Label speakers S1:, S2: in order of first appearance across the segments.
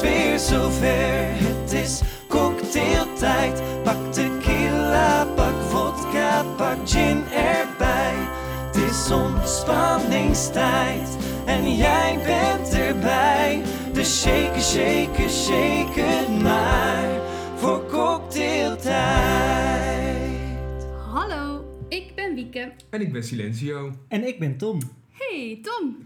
S1: weer zover. Het is cocktailtijd. Pak tequila, pak vodka, pak gin erbij. Het is ontspanningstijd en jij bent erbij. Dus shake, shake, shake het maar voor cocktailtijd.
S2: Hallo, ik ben Wieke.
S3: En ik ben Silencio.
S4: En ik ben Tom.
S2: Hey Tom,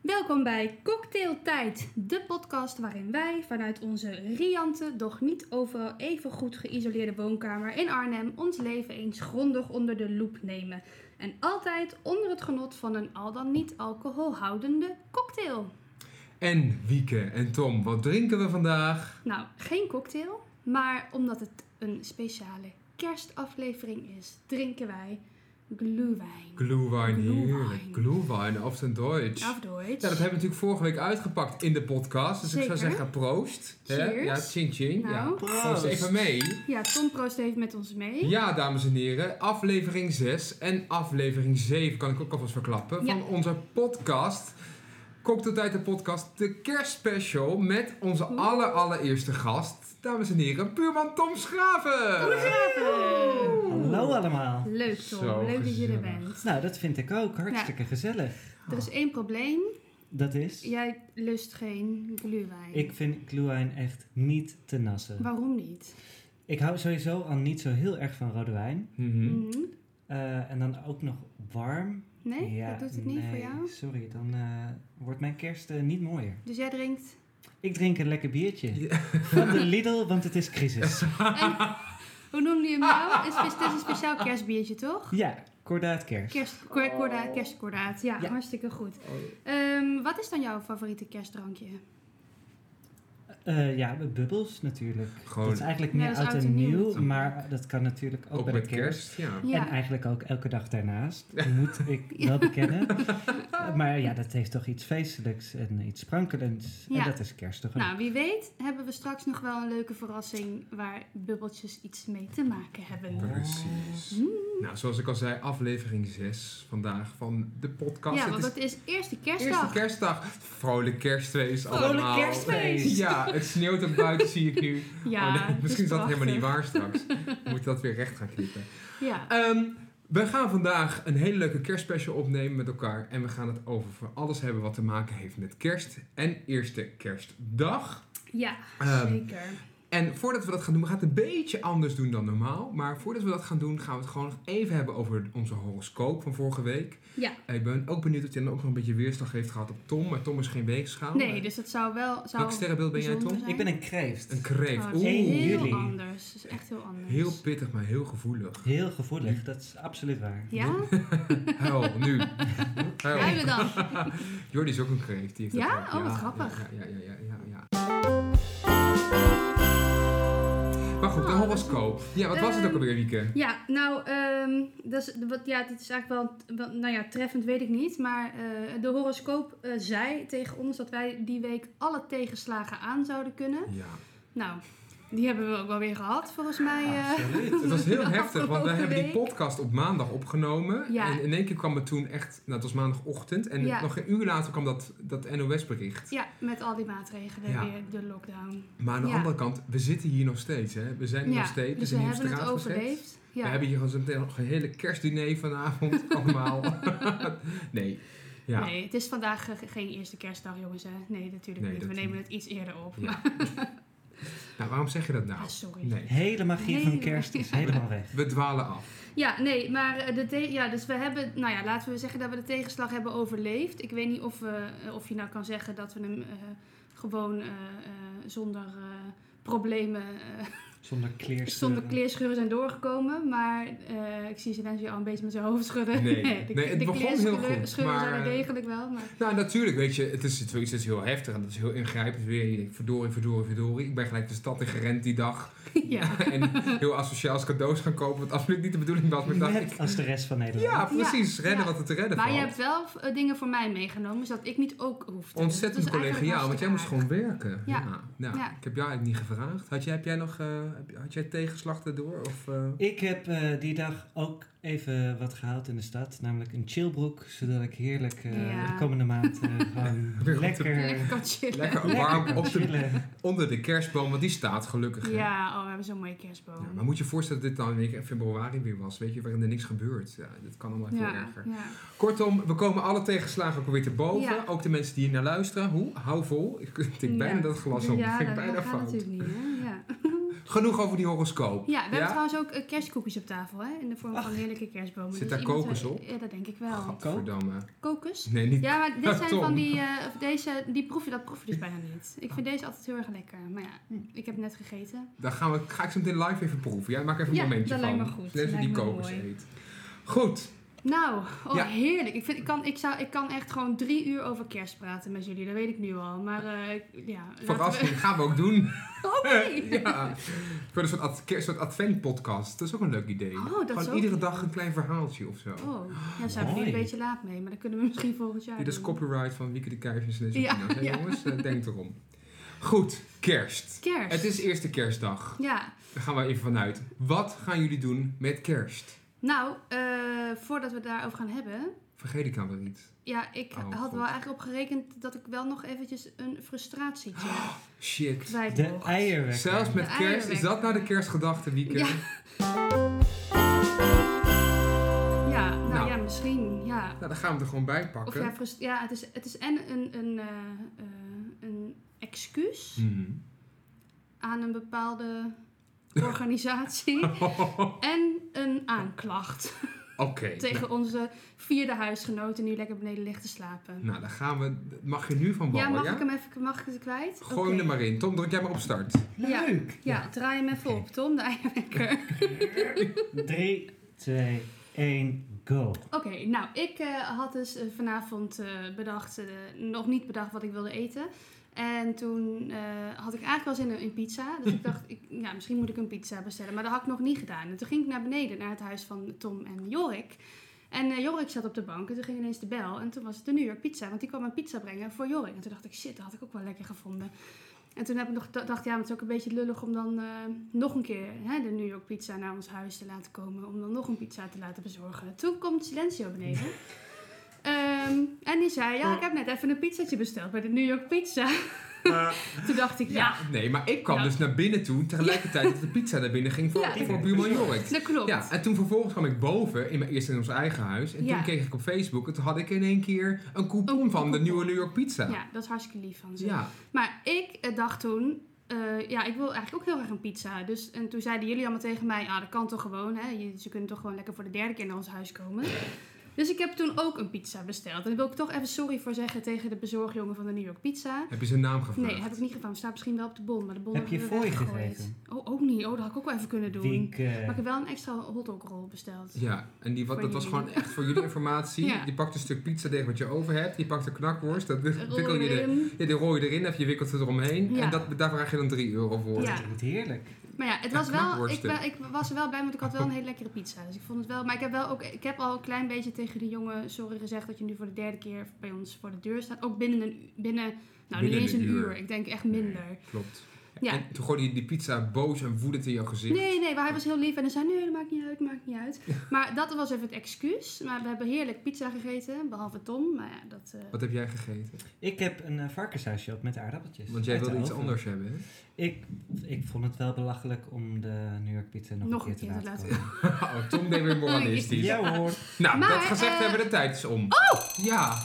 S2: welkom bij Cocktailtijd, de podcast waarin wij vanuit onze riante, doch niet overal even goed geïsoleerde woonkamer in Arnhem ons leven eens grondig onder de loep nemen. En altijd onder het genot van een al dan niet alcoholhoudende cocktail.
S3: En Wieke en Tom, wat drinken we vandaag?
S2: Nou, geen cocktail, maar omdat het een speciale kerstaflevering is, drinken wij gluwijn.
S3: Glühwein, heerlijk.
S2: Glühwein.
S3: Glühwein, auf den Deutsch.
S2: Of Duits.
S3: Ja, dat hebben we natuurlijk vorige week uitgepakt in de podcast. Dus ik
S2: Zeker.
S3: zou zeggen, proost. Hè?
S2: Cheers.
S3: Ja, chin chin. Ja.
S2: Nou.
S3: Proost even mee.
S2: Ja, Tom proost even met ons mee.
S3: Ja, dames en heren, aflevering 6 en aflevering 7 kan ik ook alvast verklappen.
S2: Ja.
S3: Van onze podcast. Cocktailtijd de podcast, de kerstspecial met onze aller allereerste gast. Dames en heren, puurman Tom Schraven.
S4: Hallo allemaal.
S2: Eh, Leuk Tom,
S3: Zo
S2: leuk dat je er
S3: gezellig.
S2: bent.
S4: Nou, dat vind ik ook. Hartstikke gezellig.
S2: Er is één probleem.
S4: Dat is,
S2: Jij lust geen gluwijn.
S4: ik vind glühwein echt niet te nassen.
S2: Waarom niet?
S4: Ik hou sowieso al niet zo heel erg van rode wijn.
S3: Mhm.
S2: Mhm.
S4: Eh, en dan ook nog warm.
S2: Nee,
S4: Ja,
S2: dat doet het niet
S4: nee,
S2: voor jou.
S4: Sorry, dan eh, wordt mijn kerst eh, niet mooier.
S2: Dus jij drinkt.
S4: Ik drink een lekker biertje.
S3: Ja.
S4: Van de Lidl, want het is crisis.
S2: En, hoe noemde je hem nou? Is, is, dit is een speciaal kerstbiertje, toch?
S4: Ja, kordaat kerst.
S2: Kerstkordaat, kerstkordaat. Oh. Ja, Oh,
S4: Ja.
S2: hartstikke goed. Ehm, wat is dan jouw favoriete kerstdrankje?
S4: Eh, ja, bubbels natuurlijk.
S3: Gewoon-
S4: dat is eigenlijk
S2: Ja,
S4: meer
S2: dat is
S4: oud en nieuw, maar dat kan natuurlijk ook,
S3: Ook
S4: bij
S3: met
S4: de kerst.
S3: kerst, ja.
S2: Ja.
S4: En eigenlijk ook elke dag daarnaast, moet ik wel bekennen. Maar ja, dat heeft toch iets feestelijks en iets sprankelends.
S2: Ja.
S4: En dat is kerst toch ook?
S2: Nou, wie weet hebben we straks nog wel een leuke verrassing waar bubbeltjes iets mee te maken hebben.
S3: Precies. Nou, zoals ik al zei, aflevering 6 vandaag van de podcast.
S2: Ja, want
S3: het
S2: het is eerste
S3: is eerste
S2: kerstdag.
S3: kerstdag. Vrolijk kerstfeest
S2: Vrolijk
S3: allemaal.
S4: kerstfeest.
S3: Ja, het sneeuwt ook buiten, zie ik nu.
S2: Ja, dus
S3: Oh, nee,
S2: het
S3: misschien is dat helemaal niet
S2: prachtig.
S3: waar straks. We moeten dat weer recht gaan knippen.
S2: Ja.
S3: Ehm, we gaan vandaag een hele leuke kerstspecial opnemen met elkaar. En we gaan het over voor alles hebben wat te maken heeft met kerst. En eerste kerstdag.
S2: Ja,
S3: Ehm,
S2: zeker.
S3: En voordat we dat gaan doen, we gaan het een beetje anders doen dan normaal. Maar voordat we dat gaan doen, gaan we het gewoon nog even hebben over onze horoscoop van vorige week.
S2: Ja.
S3: Ik ben ook benieuwd of hij dan ook nog een beetje weerslag heeft gehad op Tom. Maar Tom is geen weegschaal.
S2: Nee, dus dat zou wel... Zou
S3: Welk sterrenbeeld ben jij,
S2: bijzonder
S3: Tom?
S2: zijn.
S4: ik ben een kreeft.
S3: Een kreeft.
S2: Oh, dat
S3: Oeh,
S2: is
S4: Oeh.
S2: heel
S4: Jullie.
S2: anders. Dat is echt heel anders.
S3: heel pittig, maar heel gevoelig.
S4: Heel gevoelig, dat is absoluut waar.
S2: Ja?
S3: Huil, nu.
S2: Jij
S3: Huil.
S2: bent dan.
S3: Jordi is ook een kreeft. Die heeft
S2: Ja?
S3: dat ook.
S2: Oh, wat grappig.
S3: Ja, ja, ja, ja, ja, ja. Maar goed, de
S2: Oh, dat is-
S3: horoscoop. Ja, wat was het
S2: Ehm,
S3: ook alweer, Wieke?
S2: Ja, nou, ehm, dat is, wat, ja, dit is eigenlijk wel, wel- nou ja, treffend weet ik niet. Maar eh, de horoscoop eh, zei tegen ons dat wij die week alle tegenslagen aan zouden kunnen.
S3: Ja.
S2: Nou, die hebben we ook wel weer gehad, volgens mij.
S3: Ah,
S2: eh.
S4: Absoluut.
S3: Het was heel
S2: De
S3: heftig, want we
S2: afgelopen
S3: hebben die
S2: week.
S3: podcast op maandag opgenomen.
S2: Ja.
S3: En in één keer kwam het toen echt, nou het was maandagochtend. En
S2: Ja.
S3: nog een uur later kwam dat, dat NOS-bericht.
S2: Ja, met al die maatregelen
S3: Ja.
S2: weer, de lockdown.
S3: Maar aan de
S2: Ja.
S3: andere kant, we zitten hier nog steeds. Hè? We zijn er nog steeds.
S2: dus we
S3: zijn hier op
S2: hebben het
S3: straat gezet.
S2: overleefd. Ja.
S3: We hebben hier gewoon zo meteen nog een hele kerstdiner vanavond allemaal. nee. Ja.
S2: Nee, het is vandaag eh, ge- geen eerste kerstdag, jongens. Hè? Nee, natuurlijk
S3: Nee,
S2: niet. We
S3: dat
S2: nemen het iets eerder op.
S3: Ja. Nou, waarom zeg je dat
S2: Ah,
S3: nou?
S2: sorry.
S3: Nee.
S4: Hele magie van
S2: Hele-
S4: kerst is helemaal weg.
S3: We dwalen af.
S2: Ja, nee, maar eh, de te- ja, dus we hebben, nou ja, laten we zeggen dat we de tegenslag hebben overleefd. Ik weet niet of, we, eh, of je nou kan zeggen dat we hem eh, gewoon eh, eh, zonder eh, problemen, eh,
S4: Zonder kleerscheuren.
S2: zonder kleerscheuren zijn doorgekomen. Maar eh, ik zie Silencio al een beetje met zijn hoofd schudden.
S3: Nee. Nee, het begon heel
S2: kleerscheuren- scheuren
S3: goed,
S2: zijn
S3: maar,
S2: er
S3: eh,
S2: degelijk wel, maar
S3: Nou, natuurlijk, weet je, het is, het is heel heftig en dat is heel ingrijpend. Weer, je denkt, verdorie, verdorie, verdorie. Ik ben gelijk de stad in gerend die dag.
S2: ja.
S3: en heel asociaals cadeaus gaan kopen, wat absoluut niet de bedoeling was. Maar ik dacht, ik-
S4: Net als de rest van Nederland.
S3: ja, precies.
S2: Ja,
S3: redden
S2: ja.
S3: wat er te redden
S2: Maar je
S3: valt.
S2: hebt wel eh, dingen voor mij meegenomen, zodat ik niet ook hoef te
S3: Ontzettend
S2: Dat is eigenlijk
S3: collegiaal, want jij moest
S2: hartstikke
S3: gewoon werken.
S2: Ja.
S3: Ja. Nou,
S2: Ja.
S3: Ik heb jou eigenlijk niet gevraagd. Had jij, heb jij nog, eh, heb- had jij tegenslag daardoor? Of, eh,
S4: Ik heb eh, die dag ook even wat gehaald in de stad. Namelijk een chillbroek, zodat ik heerlijk eh,
S2: Ja.
S4: de komende maand eh, gewoon
S3: Weer op de-
S4: lekker...
S2: Lekker kan chillen.
S3: lekker
S4: lekker
S3: warm
S4: kan
S3: op de,
S4: chillen.
S3: onder de kerstboom, want die staat gelukkig. hè.
S2: Ja, oh, we hebben zo'n mooie
S3: Ja,
S2: kerstboom.
S3: maar moet je je voorstellen dat dit dan in één keer februari weer was, weet je, waarin er niks gebeurt. Ja, dat kan allemaal veel
S2: ja,
S3: erger.
S2: ja.
S3: Kortom, we komen alle tegenslagen ook weer te boven.
S2: Ja.
S3: Ook de mensen die hier naar luisteren. Hoe? Hou vol. Ik tik bijna
S2: Ja.
S3: dat glas op.
S2: Ja,
S3: Ja, vind ik
S2: dat
S3: bijna
S2: dat gaat
S3: fout.
S2: natuurlijk niet, hè? Ja.
S3: Genoeg over die
S2: Ja,
S3: horoscoop.
S2: we
S3: Ja?
S2: hebben trouwens ook eh, kerstkoekjes op tafel, hè? In de vorm van heerlijke kerstbomen. Dus
S3: Zit daar
S2: iemand-
S3: kokos op?
S2: Ja, dat denk ik wel.
S3: Godverdamme.
S2: Kokos?
S3: Nee, niet.
S2: Ja, maar dit zijn
S3: Tom.
S2: van die, eh, of deze, die proef je, dat proef je dus bijna niet. Ik
S3: Oh.
S2: vind deze altijd heel erg lekker. Maar
S3: Hm.
S2: ja, ik heb net gegeten.
S3: Dan gaan we, ga ik zo meteen live even proeven. Jij maakt even
S2: Ja,
S3: een momentje
S2: dat
S3: van.
S2: lijkt me goed.
S3: Even die
S2: Lijkt me
S3: kokos
S2: mooi.
S3: eet. Goed.
S2: Nou, oh
S3: Ja.
S2: heerlijk. Ik, vind, ik, kan, ik, zou, ik kan echt gewoon drie uur over kerst praten met jullie. Dat weet ik nu al. Maar eh, ik- ja, laten we- Oh,
S3: Verrassing. Gaan we ook doen.
S2: Oké.
S3: ja. Voor een soort, ad, kerst- soort adventpodcast. Dat is ook een leuk idee.
S2: Oh, dat is
S3: Gewoon
S2: ook
S3: iedere
S2: leuk.
S3: dag een klein verhaaltje of zo.
S2: Oh, ja, daar zijn we nu een
S4: Mooi.
S2: beetje laat mee. Maar dan kunnen we misschien volgend jaar
S3: Dit is
S2: doen.
S3: copyright van Wieke de Kuijfjes en
S2: Ja,
S3: ja,
S2: ja.
S3: jongens. eh, Denk erom. Goed, kerst.
S2: Kerst.
S3: Het is eerste kerstdag.
S2: Ja,
S3: Daar gaan we even vanuit. Wat gaan jullie doen met kerst?
S2: nou, eh, voordat we het daarover gaan hebben...
S3: Vergeet ik nou wel niet.
S2: Ja, ik
S3: Oh,
S2: had
S3: goed.
S2: wel eigenlijk op gerekend dat ik wel nog eventjes een frustratietje
S3: Shit.
S2: kwijt
S4: De
S2: mocht.
S4: eierwekker.
S3: Zelfs met
S2: De
S3: kerst, is dat
S2: eierwekker.
S3: nou de kerstgedachte weekend?
S2: Ja. Ja, nou,
S3: Nou.
S2: ja, misschien, ja.
S3: Nou, dan gaan we er gewoon bij
S2: Of
S3: pakken.
S2: ja, frust- ja het, is, het is en een, een, eh, eh, een excuus
S3: Hmm.
S2: aan een bepaalde organisatie en een aanklacht
S3: Oké.
S2: tegen onze vierde huisgenoten die nu lekker beneden ligt te slapen.
S3: Nou, dan gaan we. Mag je nu van
S2: ja,
S3: ballen?
S2: mag ik hem even mag ik het kwijt?
S3: Gooi
S2: Oké.
S3: hem er maar in. Tom, druk jij maar op start.
S4: Leuk!
S2: Ja, draai hem even op, Tom, de eierwekker.
S4: 3, 2, 1, go.
S2: Oké, nou, ik eh, had dus eh, vanavond eh, bedacht, eh, nog niet bedacht wat ik wilde eten. En toen eh, had ik eigenlijk wel zin in- in pizza. Dus ik dacht, ik, ja, misschien moet ik een pizza bestellen. Maar dat had ik nog niet gedaan. En toen ging ik naar beneden, naar het huis van Tom en Jorik. En eh, Jorik zat op de bank en toen ging ineens de bel. En toen was het de New York Pizza, want die kwam een pizza brengen voor Jorik. En toen dacht ik, shit, dat had ik ook wel lekker gevonden. En toen heb ik nog, dacht, ja, maar het is ook een beetje lullig om dan eh, nog een keer hè, de New York Pizza naar ons huis te laten komen. Om dan nog een pizza te laten bezorgen. Toen komt Silencio beneden. Ehm, en die zei, ja, ik heb net even een pizzatje besteld bij de New York Pizza. Toen dacht ik, ja,
S3: Nee, maar ik kwam
S2: Ja.
S3: dus naar binnen toe tegelijkertijd dat de pizza naar binnen ging voor,
S2: Ja.
S3: voor buurman Jorik.
S2: dat klopt.
S3: Ja, en toen vervolgens kwam ik boven, in mijn, eerst in ons eigen huis. En
S2: Ja.
S3: toen kreeg ik op Facebook, en toen had ik in één keer een
S2: Een
S3: coupon
S2: coupon.
S3: van de nieuwe New York Pizza.
S2: Ja, dat is hartstikke lief van ze.
S3: Ja.
S2: Maar ik eh, dacht toen, eh, ja, ik wil eigenlijk ook heel graag een pizza. Dus, en toen zeiden jullie allemaal tegen mij, ah, dat kan toch gewoon, hè? Je- Ze kunnen toch gewoon lekker voor de derde keer naar ons huis komen. Dus ik heb toen ook een pizza besteld. En daar wil ik toch even sorry voor zeggen tegen de bezorgjongen van de New York Pizza.
S3: Heb je zijn naam gevraagd?
S2: Nee, heb ik niet gedaan. Het staat misschien wel op de bon, maar de bon
S4: Heb je
S2: hebben we
S4: fooi
S2: weggegooid.
S4: gegeten?
S2: Oh, ook niet. Oh, dat had ik ook wel even kunnen doen.
S4: Winken.
S2: Maar ik heb wel een extra hotdogrol besteld.
S3: Ja, en die, wat,
S2: Voor
S3: dat was
S2: jullie.
S3: gewoon echt voor jullie informatie.
S2: Ja.
S3: Je pakt een stuk pizza tegen wat je over hebt. Je pakt een knakworst, dat
S2: Rol
S3: wikkel je er,
S2: erin.
S3: ja, die rol je erin, of je wikkelt het eromheen.
S2: Ja.
S3: En dat, daar vraag je dan 3 euro voor.
S2: Ja.
S4: Klinkt heerlijk.
S2: Maar ja, het
S3: Ja,
S2: was wel, ik,
S3: knakworsten.
S2: wa- ik was er wel bij, want ik had wel een hele lekkere pizza. Dus ik vond het wel. Maar ik heb wel ook, ik heb al een klein beetje tegen de jongen, sorry gezegd dat je nu voor de derde keer bij ons voor de deur staat. Ook binnen een u- binnen, nou
S3: Binnen
S2: niet eens
S3: een
S2: een uur.
S3: uur.
S2: Ik denk echt minder.
S3: Klopt.
S2: Ja.
S3: En toen gooide je die pizza boos en woedend in jouw gezicht.
S2: Nee, nee, maar hij was heel lief en hij zei nee, dat maakt niet uit, maakt niet uit. Maar dat was even het excuus. Maar we hebben heerlijk pizza gegeten, behalve Tom. Maar ja, dat. eh,
S3: Wat heb jij gegeten?
S4: Ik heb een eh, varkenshuisje op met aardappeltjes.
S3: Want jij
S4: Uit de
S3: wilde iets
S4: oven.
S3: anders hebben, hè?
S4: Ik, ik vond het wel belachelijk om de New York Pizza nog, een keer te laten, komen.
S3: Oh, Tom deed weer moralistisch.
S4: Ja hoor.
S3: Nou,
S2: Maar,
S3: dat gezegd
S2: eh,
S3: hebben we de tijd is om. Oh! Ja.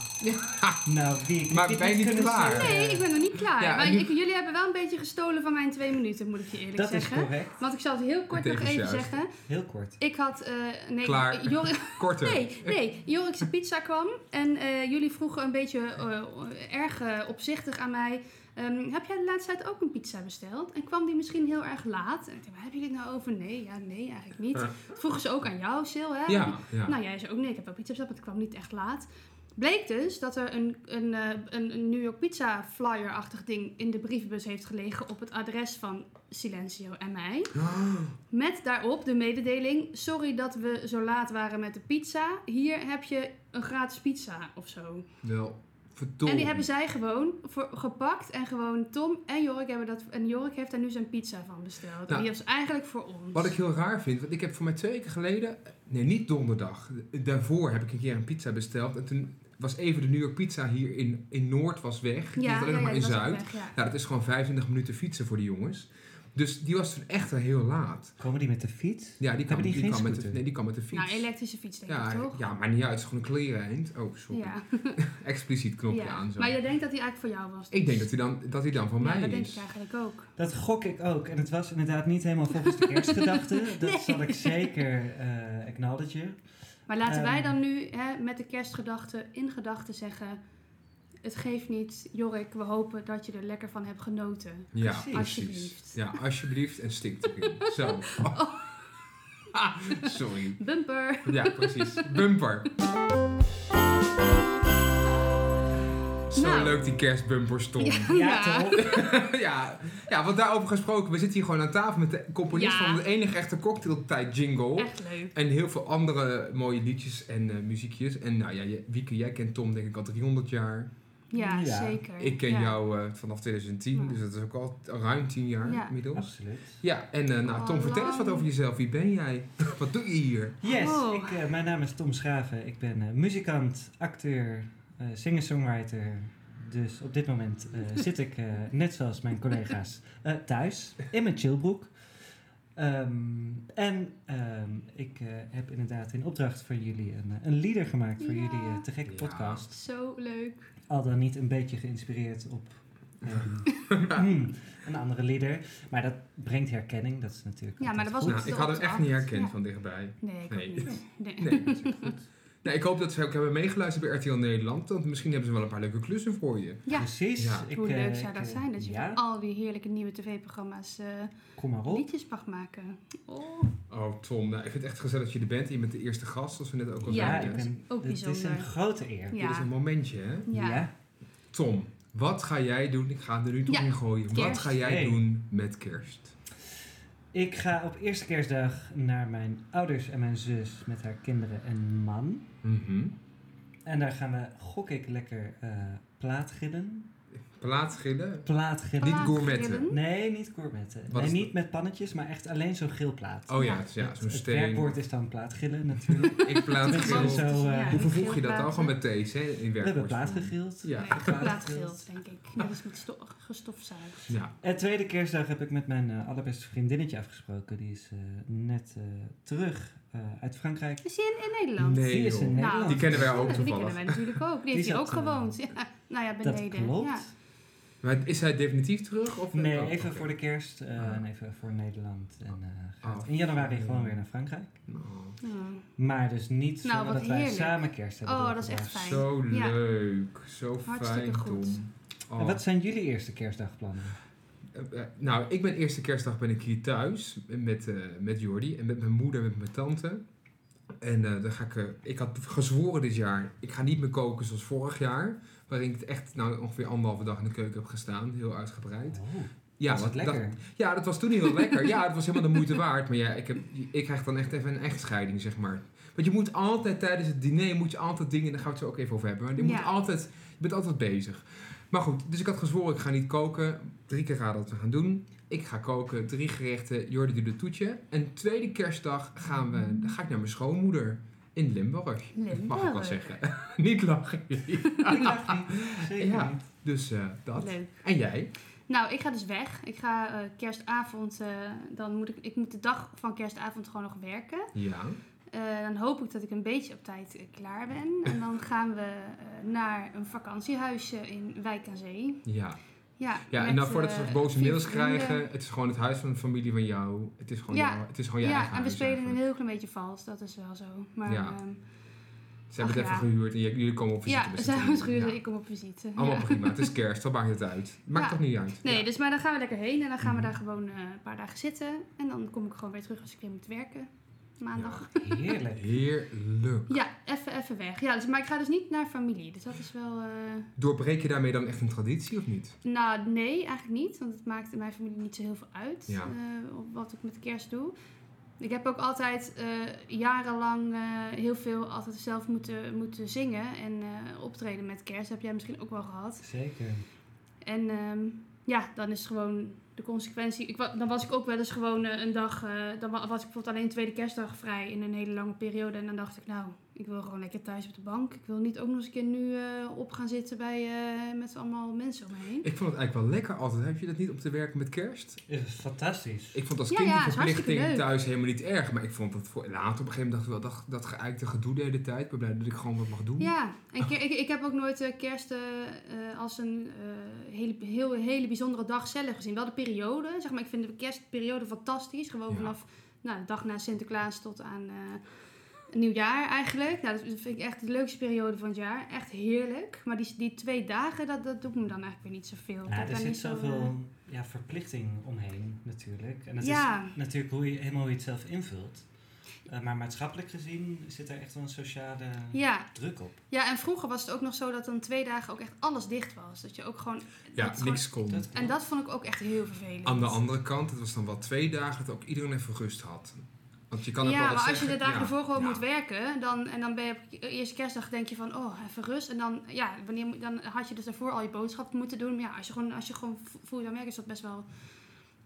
S4: Nou, wie ik
S3: Maar
S4: dit
S3: ben je niet
S4: kunnen
S3: klaar?
S4: zeggen.
S2: Nee, ik ben nog niet klaar.
S3: Ja,
S2: maar
S3: nu-
S2: ik- jullie hebben wel een beetje gestolen van mijn twee minuten, moet ik je eerlijk
S4: Dat is
S2: zeggen.
S4: correct.
S2: Want ik zal het heel kort
S3: Het
S2: nog
S3: is
S2: even
S3: juist.
S2: zeggen.
S4: Heel kort.
S2: Ik had. eh nee,
S3: Klaar.
S2: Joris-
S3: Korter.
S2: Nee, nee. Jorikse pizza kwam en eh, jullie vroegen een beetje eh, erg eh, opzichtig aan mij. ehm, heb jij de laatste tijd ook een pizza besteld? En kwam die misschien heel erg laat? En ik dacht, waar hebben jullie het nou over? Nee, ja, nee, eigenlijk niet.
S3: Ja.
S2: Dat Vroegen ze ook aan jou, Sil, hè?
S3: Ja, ja.
S2: Nou, jij zei ook nee, ik heb wel pizza besteld, maar het kwam niet echt laat. Bleek dus dat er een, een, eh, een, een New York Pizza flyer-achtig ding in de brievenbus heeft gelegen op het adres van Silencio en mij. Met daarop de mededeling: Sorry dat we zo laat waren met de pizza. Hier heb je een gratis pizza of zo.
S3: Wel. Verdorie.
S2: En die hebben zij gewoon voor, gepakt. En gewoon Tom en Jorik hebben dat. En Jorik heeft daar nu zijn pizza van besteld. En
S3: Nou,
S2: die was eigenlijk voor ons.
S3: Wat ik heel raar vind, want ik heb voor mij twee weken geleden, nee niet donderdag, daarvoor heb ik een keer een pizza besteld. En toen was even de New York Pizza hier in, in Noord was weg. die had alleen nog maar in
S2: die was ook
S3: Zuid.
S2: weg, ja.
S3: Nou, dat is gewoon 25 minuten fietsen voor die jongens. Dus die was toen echt al heel laat.
S4: Komen die met de fiets?
S3: Ja, die kwam,
S4: Hebben die geen
S3: kwam, met, de,
S4: scooter?
S3: nee, die kwam met de fiets.
S2: Nou, elektrische fiets denk ik
S3: ja,
S2: toch?
S3: ja, maar niet uit. Het is gewoon een kleren eind. Oh, sorry.
S2: Ja.
S3: Expliciet knopje
S2: Ja.
S3: aan. Zo.
S2: Maar jij denkt dat die eigenlijk voor jou was. dus-
S3: Ik denk dat hij dan, dat hij dan van
S2: ja,
S3: mij
S2: dat denk
S3: is.
S2: ik eigenlijk ook.
S4: Dat gok ik ook. En het was inderdaad niet helemaal volgens de kerstgedachte. Dat zal ik zeker eh acknowledgen.
S2: Maar laten
S4: Ehm.
S2: wij dan nu hè, met de kerstgedachte in gedachten zeggen... Het geeft niet, Jorik. We hopen dat je er lekker van hebt genoten.
S3: Ja,
S4: Precies.
S2: Alsjeblieft.
S3: Ja, alsjeblieft en stinkt erin. Zo. Ah, sorry.
S2: Bumper!
S3: Ja, precies. Bumper. Zo
S2: Nou.
S3: leuk die kerstbumper stond.
S4: Ja, toch?
S3: ja, ja, want daarover gesproken, we zitten hier gewoon aan tafel met de componist
S2: Ja.
S3: van de enige echte cocktailtijd jingle.
S2: Echt leuk.
S3: En heel veel andere mooie liedjes en eh, muziekjes. En nou ja, je- Wieke, jij kent Tom denk ik al 300 jaar.
S2: Ja,
S4: Ja.
S2: zeker.
S3: Ik ken
S2: Ja.
S3: jou eh, vanaf 2010,
S2: Ja.
S3: dus dat is ook al t- ruim 10 jaar
S2: Ja.
S3: inmiddels.
S4: Absoluut.
S3: Ja, en eh, nou, Tom,
S2: Al
S3: vertel eens wat
S2: lang.
S3: over jezelf. Wie ben jij? wat doe je hier?
S4: Yes,
S2: Oh.
S4: ik, eh, mijn naam is Tom Schraven. Ik ben eh, muzikant, acteur, eh singer-songwriter. Dus op dit moment eh, zit ik, eh, net zoals mijn collega's, eh, thuis in mijn chillboek. Ehm, en ehm, ik eh, heb inderdaad in opdracht van jullie een, eh, een lieder gemaakt voor
S2: Ja.
S4: jullie eh, te gekke
S3: Ja.
S4: podcast.
S2: Zo leuk.
S4: Al dan niet een beetje geïnspireerd op ehm, mm, een andere lieder. Maar dat brengt herkenning, dat is natuurlijk
S2: Ja, maar
S4: altijd
S2: dat was
S4: goed.
S2: ook-
S3: Nou, ik had hem echt niet herkend
S2: Ja.
S3: van dichtbij.
S2: Nee, ik
S3: Nee.
S2: ook niet. Nee.
S3: Nee, dat is ook goed. Nou, ik hoop dat ze ook hebben meegeluisterd bij RTL Nederland, want misschien hebben ze wel een paar leuke klussen voor je.
S2: Ja,
S4: Precies.
S3: Ja.
S4: Ik,
S2: hoe
S4: eh,
S2: leuk zou
S4: ik,
S2: dat
S4: eh,
S2: zijn? Dat je
S4: ja,
S2: van al die heerlijke nieuwe tv-programma's eh,
S4: kom maar op.
S2: liedjes mag maken. Oh,
S3: Oh, Tom, nou, ik vind het echt gezellig dat je er bent. Je bent de eerste gast, zoals we net ook al
S2: Ja,
S3: zeiden.
S2: ik ben- ook
S4: het is
S2: bijzonder.
S4: een grote eer.
S3: Dit is
S2: ja.
S3: een momentje, hè?
S2: Ja.
S3: Tom, wat ga jij doen? Ik ga hem er nu toch
S2: Ja,
S3: in gooien. Wat
S2: kerst.
S3: ga jij
S4: Hey.
S3: doen met kerst?
S4: Ik ga op eerste kerstdag naar mijn ouders en mijn zus met haar kinderen en man.
S3: Mhm.
S4: En daar gaan we, gok ik, lekker eh plaatgillen.
S3: Plaatschillen?
S4: Plaatgillen.
S3: Niet gourmetten.
S2: Plaatgrillen.
S4: Nee, niet gourmetten.
S3: Wat
S4: Nee,
S3: is
S4: niet met pannetjes, maar echt alleen zo'n geelplaat.
S3: Oh ja, het- ja
S4: Het-
S3: zo'n
S4: Het
S3: steen.
S4: werkwoord is dan plaatgillen natuurlijk.
S3: Ik
S4: Gewoon
S3: plaatgil.
S4: zo, eh,
S2: Ja,
S3: Hoe vervoeg je dat dan?
S2: platen.
S3: Gewoon met T's, hè? In
S4: we hebben
S3: werkwoord.
S4: plaatgegild.
S3: Ja.
S2: Nee, geplaatgild, denk ik. Net als met sto- gestofzuigd.
S3: Ja.
S4: En tweede kerstdag heb ik met mijn eh, allerbeste vriendinnetje afgesproken. Die is eh, net eh, terug eh, uit Frankrijk.
S2: Is hij in, in Nederland?
S3: Nee,
S4: die is in
S3: joh.
S2: Nou,
S4: Nederland.
S3: Die kennen wij
S2: Ja,
S3: ook
S2: Die
S3: toevallig.
S2: kennen wij natuurlijk ook. Die
S4: Die
S2: heeft hier
S4: zat,
S2: ook
S4: eh,
S2: gewoond. Ja. Nou ja,
S4: Dat
S2: beneden.
S4: klopt.
S2: Ja.
S3: Maar is hij definitief terug? Of
S4: Nee,
S3: Oh,
S4: even
S3: oké.
S4: voor de kerst eh,
S3: Ah.
S4: en even voor Nederland. En eh, gaat
S3: Ah,
S4: in januari
S3: voor-
S4: gewoon weer naar Frankrijk.
S3: Oh.
S2: Hmm.
S4: Maar dus niet
S2: Nou,
S4: zodat
S2: wat
S4: wij
S2: heerlijk.
S4: samen kerst hebben
S2: Oh, dat is
S4: doorgebracht.
S2: echt Fijn.
S3: Zo
S2: Ja.
S3: leuk. Zo
S2: Hartstikke
S3: fijn,
S2: goed.
S3: Tom. Oh.
S4: En wat zijn jullie eerste kerstdagplannen?
S3: Eh, eh, nou, ik ben eerste kerstdag ben ik hier thuis met, eh, met Jordi en met mijn moeder en met mijn tante. En eh, dan ga ik, eh, ik had gezworen dit jaar, ik ga niet meer koken zoals vorig jaar. Waarin ik het echt nou, ongeveer anderhalve dag in de keuken heb gestaan, heel uitgebreid. Ja,
S4: ja, Oh, wat
S3: want
S4: lekker.
S3: dat- ja, dat was toen heel lekker. Ja, het was helemaal de moeite waard. Maar ja, ik, heb, ik krijg dan echt even een echtscheiding, zeg maar. Want je moet altijd tijdens het diner, moet je altijd dingen, daar gaan we het zo ook even over hebben. Maar je, moet
S2: Ja.
S3: altijd, je bent altijd bezig. Maar goed, dus ik had gezworen, ik ga niet koken. Drie keer raden wat we gaan doen. Ik ga koken, drie gerechten, Jordi doet het toetje. En tweede kerstdag gaan we, dan ga ik naar mijn schoonmoeder in Limburg.
S2: Limburg.
S3: Mag ik wel zeggen. niet lachen. jullie.
S4: Ik lach niet. Zeker
S3: Ja.
S4: niet.
S3: Dus eh, dat.
S2: Leuk.
S3: En jij?
S2: Nou, ik ga dus weg. Ik ga eh, kerstavond, eh, dan moet ik, ik moet de dag van kerstavond gewoon nog werken.
S3: Ja.
S2: Eh, dan hoop ik dat ik een beetje op tijd eh, klaar ben. En dan gaan we eh, naar een vakantiehuisje in Wijk aan Zee.
S3: Ja.
S2: Ja,
S3: Ja, en
S2: met,
S3: dan voordat
S2: eh,
S3: ze boze
S2: vier
S3: mails
S2: vrienden.
S3: krijgen, het is gewoon het huis van de familie van jou. Het is gewoon,
S2: Ja.
S3: jou, het is gewoon
S2: Ja,
S3: je eigen
S2: en we
S3: huis
S2: spelen een
S3: eigenlijk.
S2: heel klein beetje vals, dat is wel zo. Maar
S3: Ja.
S2: ja,
S3: Ze hebben
S2: Ach,
S3: het even
S2: ja.
S3: gehuurd en j- jullie komen op visite
S2: ja
S3: met z'n
S2: zijn we
S3: drieën.
S2: schuren,
S3: Ja.
S2: ik kom op visite. Ja.
S3: Allemaal prima, het is kerst, wat maakt het uit? Maakt
S2: Ja.
S3: toch niet uit?
S2: Nee,
S3: Ja.
S2: dus maar dan gaan we lekker heen en dan gaan we
S3: Mhm.
S2: daar gewoon eh, een paar dagen zitten. En dan kom ik gewoon weer terug als ik weer moet werken. Maandag. dus-
S4: Heerlijk.
S3: Heerlijk.
S2: Ja, even, even weg. Ja, dus, maar ik ga dus niet naar familie. Dus dat is wel... eh,
S3: Doorbreek je daarmee dan echt een traditie of niet?
S2: Nou, nee, eigenlijk niet. Want het maakt in mijn familie niet zo heel veel uit
S3: Ja.
S2: eh, op wat ik met kerst doe. Ik heb ook altijd eh, jarenlang eh, heel veel altijd zelf moeten, moeten zingen en eh, optreden met kerst. heb jij misschien ook wel gehad.
S4: Zeker.
S2: En ehm, ja, dan is gewoon de consequentie. Ik, wa- dan was ik ook wel eens gewoon eh, een dag. eh, dan wa- was ik bijvoorbeeld alleen tweede kerstdag vrij in een hele lange periode. En dan dacht ik, nou, ik wil gewoon lekker thuis op de bank. Ik wil niet ook nog eens een keer nu eh, op gaan zitten bij, eh, met allemaal mensen om me heen.
S3: Ik vond het eigenlijk wel lekker altijd. Heb je dat niet op te werken met kerst?
S4: Is fantastisch.
S3: Ik vond als
S2: Ja,
S3: kind
S2: ja,
S3: die
S2: is hartstikke
S3: verplichting
S2: leuk.
S3: thuis helemaal niet erg. Maar ik vond dat voor, later op een gegeven moment dacht ik wel, dat, dat geëikte gedoe de hele tijd. Ik ben blij dat ik gewoon wat mag doen.
S2: Ja, en ke- ik, ik heb ook nooit eh, kerst eh, eh, als een eh, hele, heel, hele bijzondere dag zelf gezien. Wel de periode, zeg maar. Ik vind de kerstperiode fantastisch. Gewoon
S3: Ja.
S2: vanaf nou, de dag na Sinterklaas tot aan eh, nieuwjaar eigenlijk. Nou, dat vind ik echt de leukste periode van het jaar. Echt heerlijk. Maar die, die twee dagen, dat, dat doet me dan eigenlijk weer niet zoveel.
S4: Ja,
S2: Ik ben
S4: er zit
S2: niet zo, eh,
S4: zoveel ja, verplichting omheen natuurlijk. En dat
S2: Ja.
S4: is natuurlijk hoe je, helemaal hoe je het zelf invult. Eh, maar maatschappelijk gezien zit er echt wel een sociale
S2: ja,
S4: druk op.
S2: ja, en vroeger was het ook nog zo dat dan twee dagen ook echt alles dicht was. Dat je ook gewoon...
S3: Ja,
S2: dat gewoon-
S3: niks kon.
S4: Dat-
S2: En dat vond ik ook echt heel vervelend.
S3: Aan de andere kant, het was dan wel twee dagen dat ook iedereen even rust had. Want je kan ook
S2: ja,
S3: wel
S2: maar
S3: eens
S2: als je de
S3: zeggen,
S2: dagen
S3: ja,
S2: ervoor gewoon
S3: ja.
S2: moet werken, dan, en dan ben je op je eerste kerstdag denk je van, oh, even rust. En dan, ja, wanneer, moet- dan had je dus daarvoor al je boodschappen moeten doen. Maar ja, als je gewoon, als je gewoon vo- voelt, dan merk je is dat best wel,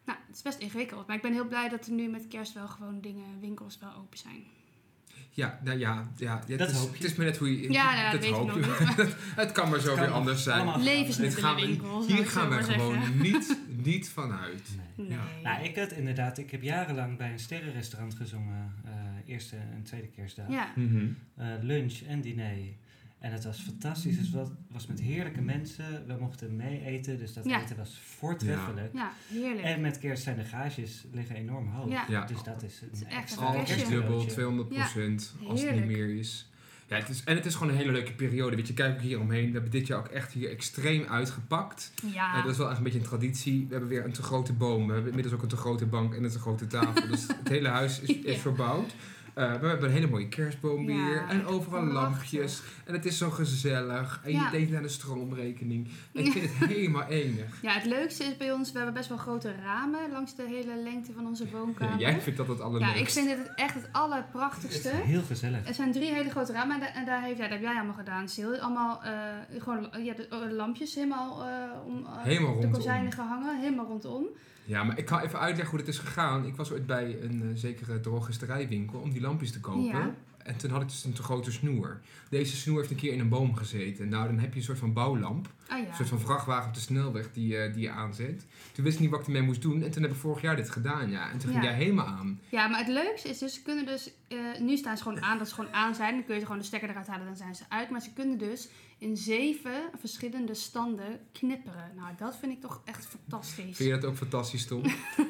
S2: nou, het is best ingewikkeld. Maar ik ben heel blij dat er nu met kerst wel gewoon dingen, winkels wel open zijn.
S3: Ja, nou ja, ja, ja
S4: Dat
S3: het, is,
S4: hoop je.
S3: het is maar net hoe je...
S2: Ja, ja, dat
S3: dat
S2: weet ik
S3: hoop
S2: nog
S3: je.
S2: niet, maar-
S3: het kan maar zo
S4: Kan
S3: weer anders zijn.
S4: allemaal
S2: Leven is
S4: veranderen.
S2: niet
S3: Dit
S2: in
S3: gaan
S2: de winkel,
S3: we-
S2: zou
S3: Hier
S2: ik
S3: gaan
S2: zo
S3: wij
S2: maar zeggen.
S3: gewoon niet, niet vanuit.
S4: Nee.
S2: Nee.
S4: Nou, ik had inderdaad, ik heb jarenlang bij een sterrenrestaurant gezongen. eh, eerste en tweede kerstdag.
S2: Ja,
S4: Eh, lunch en diner. En het was fantastisch. Het was, was met heerlijke mensen. We mochten mee eten, dus dat
S2: Ja.
S4: eten was voortreffelijk.
S2: ja, heerlijk.
S4: En met kerst zijn de gages liggen enorm hoog.
S2: Ja.
S3: Ja.
S4: Dus dat is een
S2: is echt een
S4: extra
S3: Alles
S2: kerstje.
S3: is dubbel, 200%
S4: cadeautje.
S3: als het niet
S2: Heerlijk.
S3: meer is. Ja, het is. En het is gewoon een hele leuke periode. Weet je, kijk ook hier omheen. We hebben dit jaar ook echt hier extreem uitgepakt.
S2: ja.
S3: Eh, dat is wel echt een beetje een traditie. We hebben weer een te grote boom. We hebben inmiddels ook een te grote bank en een te grote tafel. dus het hele huis is, is
S2: Ja.
S3: verbouwd. Eh, we hebben een hele mooie kerstboom
S2: Ja,
S3: weer. En overal
S2: prachtig.
S3: lampjes. En het is zo gezellig. En
S2: Ja.
S3: je denkt aan de stroomrekening. En ik vind het helemaal enig.
S2: ja, het leukste is bij ons, we hebben best wel grote ramen langs de hele lengte van onze woonkamer.
S3: Ja, jij vindt dat het
S2: Ja,
S3: allerleukste.
S2: ik vind dit echt het
S4: Het is
S2: allerprachtigste.
S4: heel gezellig.
S2: Er zijn drie hele grote ramen en, da- en daar heeft, ja, dat heb jij allemaal gedaan, Sil. Allemaal eh, gewoon eh, ja, de, eh, lampjes helemaal, eh, om, eh,
S3: Helemaal
S2: de
S3: rondom.
S2: kozijnen gehangen, helemaal rondom.
S3: Ja, maar ik kan even uitleggen hoe dit is gegaan. Ik was ooit bij een eh, zekere drogisterijwinkel om die lampjes te kopen.
S2: Ja.
S3: En toen had ik dus een te grote snoer. Deze snoer heeft een keer in een boom gezeten. Nou, dan heb je een soort van bouwlamp.
S2: Ah
S3: Een
S2: ja.
S3: soort van vrachtwagen op de snelweg die, eh, die je aanzet. Toen wist ik niet wat ik ermee moest doen. En toen heb ik vorig jaar dit gedaan, ja. En toen ging
S2: Ja.
S3: jij helemaal aan.
S2: Ja, maar het leukste is dus, ze kunnen dus, eh, nu staan ze gewoon aan, dat ze gewoon aan zijn. Dan kun je ze gewoon de stekker eruit halen, dan zijn ze uit. Maar ze kunnen dus in zeven verschillende standen knipperen. Nou, dat vind ik toch echt fantastisch.
S3: Vind je dat ook fantastisch, Tom?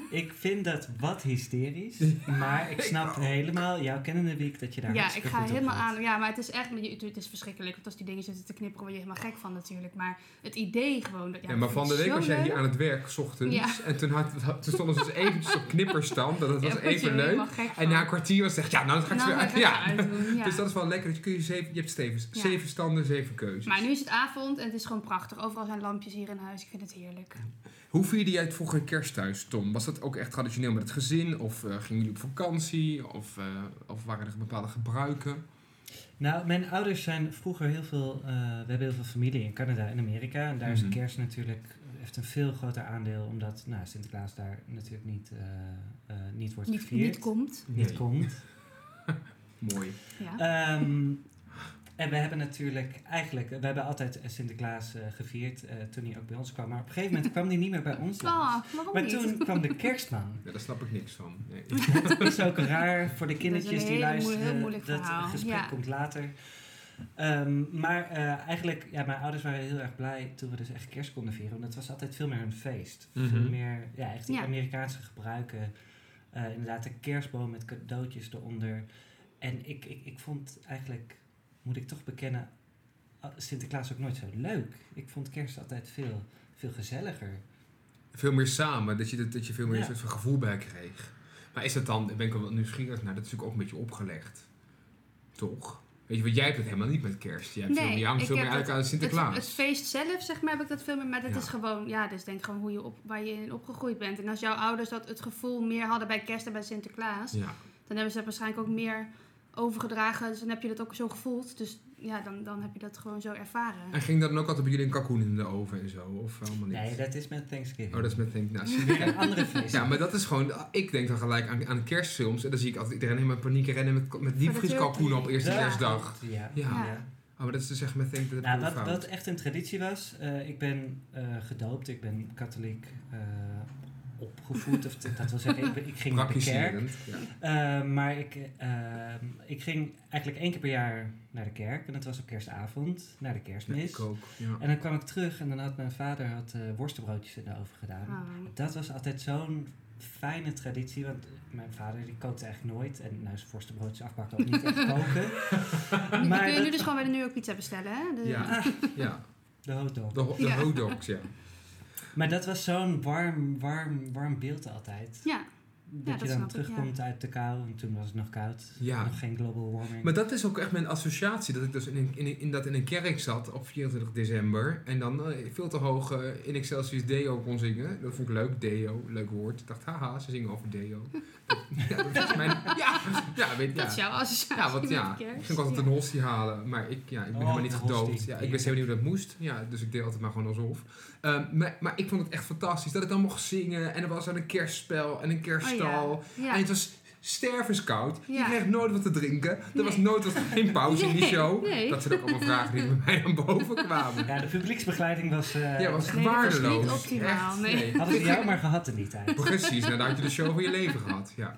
S4: Ik vind dat wat hysterisch, maar ik snap helemaal jouw kennende week dat je daar
S2: Ja, ik
S4: hartstikke
S2: ga
S4: goed op
S2: helemaal
S4: gaat.
S2: aan. Ja, maar het is echt, het is verschrikkelijk. Want als die dingen zitten te knipperen, word je helemaal gek van natuurlijk. Maar het idee gewoon. Dat, ja,
S3: Ja, maar
S2: dat
S3: van
S2: vind
S3: de
S2: ik
S3: week
S2: zo
S3: was jij
S2: leuk.
S3: hier aan het werk, 's ochtends.
S2: Ja.
S3: En toen, had, toen stonden ze dus eventjes op knipperstand. Dat
S2: Ja,
S3: was
S2: daar word je
S3: even leuk.
S2: helemaal gek
S3: En
S2: van.
S3: na een kwartier was het echt, ja, nou, dat ga ik
S2: Nou,
S3: weer
S2: dat
S3: uit.
S2: ga ik
S3: Ja.
S2: eruit doen, ja.
S3: Dus dat is wel lekker. Dat je, kun je, zeven, je hebt zeven,
S2: Ja.
S3: zeven standen, zeven keuzes.
S2: Maar nu is het avond en het is gewoon prachtig. Overal zijn lampjes hier in huis. Ik vind het heerlijk.
S3: Hoe vierde jij het vroeger kerst thuis, Tom? Was dat ook echt traditioneel met het gezin? Of eh, gingen jullie op vakantie? Of, eh, of waren er bepaalde gebruiken?
S4: Nou, mijn ouders zijn vroeger heel veel. eh, we hebben heel veel familie in Canada en Amerika. En daar
S3: Mhm.
S4: is kerst natuurlijk. heeft een veel groter aandeel, omdat nou, Sinterklaas daar natuurlijk niet, eh, eh, niet wordt
S2: Niet,
S4: gevierd.
S2: niet komt.
S4: Niet komt.
S3: Mooi.
S2: Ja.
S4: Ehm, en we hebben natuurlijk eigenlijk, we hebben altijd Sinterklaas eh, gevierd eh, toen hij ook bij ons kwam. Maar op een gegeven moment kwam hij niet meer bij ons langs.
S2: Ah, waarom
S4: maar
S2: niet?
S4: toen kwam de kerstman.
S3: Ja, daar snap ik niks van. Nee.
S4: Dat is ook raar voor de
S2: Dat
S4: kindertjes
S2: is een
S4: die
S2: hele
S4: luisteren.
S2: moe- heel moeilijk
S4: dat
S2: verhaal,
S4: gesprek
S2: ja.
S4: komt later. Ehm, maar eh, eigenlijk, ja, mijn ouders waren heel erg blij toen we dus echt kerst konden vieren. Want het was altijd veel meer een feest.
S3: Mhm.
S4: Veel meer, ja, echt die
S2: Ja.
S4: Amerikaanse gebruiken. Eh, inderdaad, de kerstboom met cadeautjes eronder. En ik, ik, ik vond eigenlijk, moet ik toch bekennen, ah, Sinterklaas ook nooit zo leuk. Ik vond kerst altijd veel, veel gezelliger.
S3: Veel meer samen, dat je, dat, dat je veel meer
S4: Ja.
S3: een soort van gevoel bij kreeg. Maar is dat dan, daar ben ik wel nieuwsgierig naar, dat is natuurlijk ook een beetje opgelegd. Toch? Weet je, want jij hebt het helemaal niet met kerst. Jij hebt
S2: Nee,
S3: veel meer, jij hangt
S2: ik
S3: veel meer
S2: heb
S3: uit aan
S2: het,
S3: Sinterklaas.
S2: het feest zelf, zeg maar, heb ik dat veel meer. Maar dat
S3: Ja.
S2: is gewoon, ja, dus denk gewoon hoe je op, waar je in opgegroeid bent. En als jouw ouders dat het gevoel meer hadden bij kerst en bij Sinterklaas,
S3: ja.
S2: dan hebben ze het waarschijnlijk ook meer overgedragen. Dus dan heb je dat ook zo gevoeld. Dus ja, dan, dan heb je dat gewoon zo ervaren.
S3: En ging dat dan ook altijd bij jullie een kalkoen in de oven en zo? Of helemaal niet?
S4: Nee, dat is met Thanksgiving.
S3: Oh, dat is met denk ik, nou, zie
S4: Een
S3: je.
S4: andere vlees.
S3: Ja, maar dat is gewoon, ik denk dan gelijk aan, aan kerstfilms. En dan zie ik altijd iedereen helemaal in paniek rennen met, met diepvrieskalkoen op eerste
S4: Ja.
S3: kerstdag.
S4: Ja.
S3: Ja.
S2: Ja.
S3: Oh, maar dat is dus echt met denk ik, dat heb
S4: Nou,
S3: ik heel
S4: wat,
S3: fout.
S4: wat echt een traditie was, eh, ik ben eh, gedoopt, ik ben katholiek eh, opgevoed, of te- dat wil zeggen, ik, ben- ik ging naar de kerk.
S3: Praktiserend. Ja.
S4: Eh, maar ik, eh, ik ging eigenlijk één keer per jaar naar de kerk, en dat was op kerstavond, naar de
S3: Nee,
S4: kerstmis.
S3: ik ook. Ja.
S4: En dan kwam ik terug en dan had mijn vader had, eh, worstenbroodjes in de oven gedaan.
S2: Ah.
S4: Dat was altijd zo'n fijne traditie, want mijn vader die kookte eigenlijk nooit. En nou is worstenbroodjes afbakken ook niet echt koken.
S2: Nu
S4: Maar
S2: kun je
S4: dat-
S2: nu dus gewoon bij de New York Pizza bestellen, hè? De-
S3: Ja.
S4: Ah,
S3: ja,
S4: de hotdog.
S3: de, ho- de
S2: Ja.
S3: hotdogs, ja.
S4: Maar dat was zo'n warm, warm, warm beeld altijd.
S2: ja.
S4: Dat,
S2: Ja, dat
S4: je dan
S2: snap ik,
S4: terugkomt uit de kou, en toen was het nog koud.
S3: Ja.
S4: Nog geen global warming.
S3: Maar dat is ook echt mijn associatie. Dat ik dus in een, in, een- in, dat in een kerk zat op 24 december. En dan eh, veel te hoog eh, in Excelsius Deo kon zingen. Dat vond ik leuk, Deo. Leuk woord. Ik dacht, haha, ze zingen over Deo. ja, dat is mijn... Ja, ja, weet,
S2: Dat
S3: ja.
S2: is jouw Oh, associatie
S3: Ja, want
S2: met
S3: ja,
S2: kerst.
S3: ik ging altijd een hostie halen, maar ik, ja, ik ben
S4: Oh,
S3: helemaal niet
S4: een hostie.
S3: gedoopt. Ja, ik wist helemaal niet hoe dat moest, ja, dus ik deed altijd maar gewoon alsof. Ehm, maar, maar ik vond het echt fantastisch dat ik dan mocht zingen en er was dan een kerstspel en een kerststal.
S2: Oh, ja.
S3: En
S2: Ja.
S3: het was stervenskoud, je
S2: Ja.
S3: kreeg nooit wat te drinken, er
S2: Nee.
S3: was nooit wat, geen pauze in die
S2: Nee,
S3: show.
S2: nee.
S3: Dat zijn ook allemaal vragen die bij mij aan boven kwamen.
S4: Ja, de publieksbegeleiding was... eh,
S3: Ja, was
S2: Nee, dat was niet
S3: waardeloos.
S2: optimaal,
S3: Echt,
S2: nee.
S4: Hadden ze jou maar gehad in die tijd.
S3: Precies, nou, dan had je de show van je leven gehad, ja.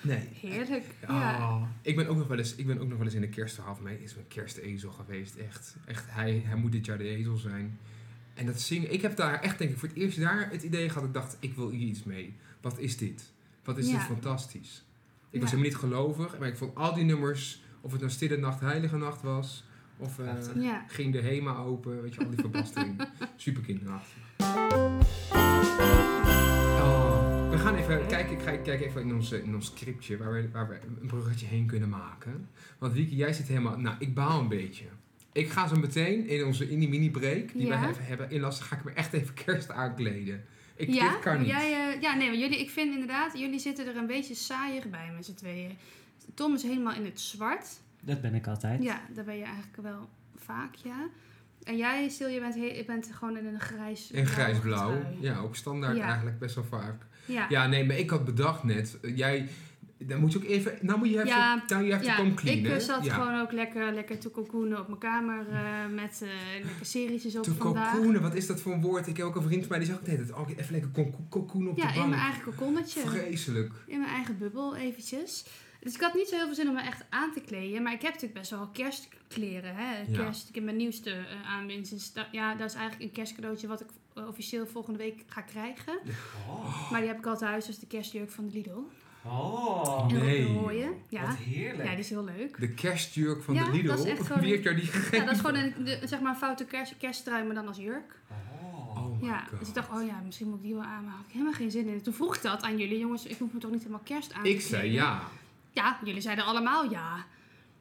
S3: Nee,
S2: Heerlijk. Ja.
S3: Ja. Oh. Ik, ben ook nog wel eens, ik ben ook nog wel eens in de kerstverhaal van mij. Is mijn kerstezel geweest. Echt. echt hij, hij moet dit jaar de ezel zijn. En dat zingen. Ik heb daar echt, denk ik, voor het eerst daar het idee gehad. Ik dacht, ik wil hier iets mee. Wat is dit? Wat is
S2: Ja.
S3: dit fantastisch? Ik was
S2: Ja.
S3: helemaal niet gelovig. Maar ik vond al die nummers. Of het nou Stille Nacht, Heilige Nacht was. Of eh,
S4: Prachtig.
S2: Ja.
S3: Ging de Hema open. Weet je, al die verbastering. Super kinderachtig. Oh, we gaan even kijken, ik ga- ik kijk even in ons, in ons scriptje waar we, waar we een bruggetje heen kunnen maken. Want Wieke, jij zit helemaal... Nou, ik baal een beetje. Ik ga zo meteen in onze in die mini-break die
S2: Ja?
S3: wij even hebben inlassen, ga ik me echt even kerst aankleden. Ik,
S2: ja?
S3: Dit kan niet.
S2: Jij, eh, ja, nee, maar jullie, ik vind inderdaad, jullie zitten er een beetje saaier bij met z'n tweeën. Tom is helemaal in het zwart.
S4: Dat ben ik altijd.
S2: Ja, daar ben je eigenlijk wel vaak, ja. En jij, Sil, je bent, he- je bent gewoon in een grijs
S3: en grijs-blauw.
S2: trui.
S3: Ja, ook standaard
S2: Ja.
S3: eigenlijk best wel vaak.
S2: Ja.
S3: Ja, nee, maar ik had bedacht net, eh, jij... Dan moet je ook even... Nou moet je even...
S2: Ja,
S3: nou, je hebt
S2: Ja,
S3: to come clean,
S2: ik
S3: hè?
S2: eh, zat
S3: ja.
S2: gewoon ook lekker, lekker te kokoenen op mijn kamer eh, met eh lekker serietjes op
S3: Te
S2: vandaag.
S3: cocoenen, wat is dat voor een woord? Ik heb ook een vriend van mij die zegt altijd, oh, even lekker co- cocoon op
S2: Ja,
S3: de
S2: in mijn
S3: bank.
S2: eigen kokonnetje.
S3: Vreselijk.
S2: in mijn eigen bubbel eventjes. Dus ik had niet zo heel veel zin om me echt aan te kleden. Maar ik heb natuurlijk best wel kerstkleren. Hè?
S3: Ja.
S2: Kerst, ik heb mijn nieuwste eh, aanwinst. Dus da- ja, dat is eigenlijk een kerstcadeautje wat ik eh, officieel volgende week ga krijgen.
S4: Oh,
S2: Maar die heb ik al thuis. Dat is de kerstjurk van de Lidl.
S4: oh,
S2: En ook
S3: Nee.
S2: de rode. Ja.
S4: wat heerlijk.
S2: ja, die is heel leuk.
S3: De kerstjurk van
S2: Ja,
S3: de Lidl.
S2: dat is echt gewoon-
S3: Wie heeft jou die gegeven?
S2: Ja, dat is gewoon een de- zeg maar, een foute kerst, kersttrui, maar dan als jurk.
S4: Oh.
S3: Oh my
S2: ja,
S3: god.
S2: dus ik dacht, oh ja, misschien moet ik die wel aan. Maar had ik helemaal geen zin in. Toen vroeg ik dat aan jullie. Jongens, ik moet me toch niet helemaal kerst aan
S3: Ik zei
S2: kleden?
S3: ja.
S2: Ja, jullie zeiden allemaal ja.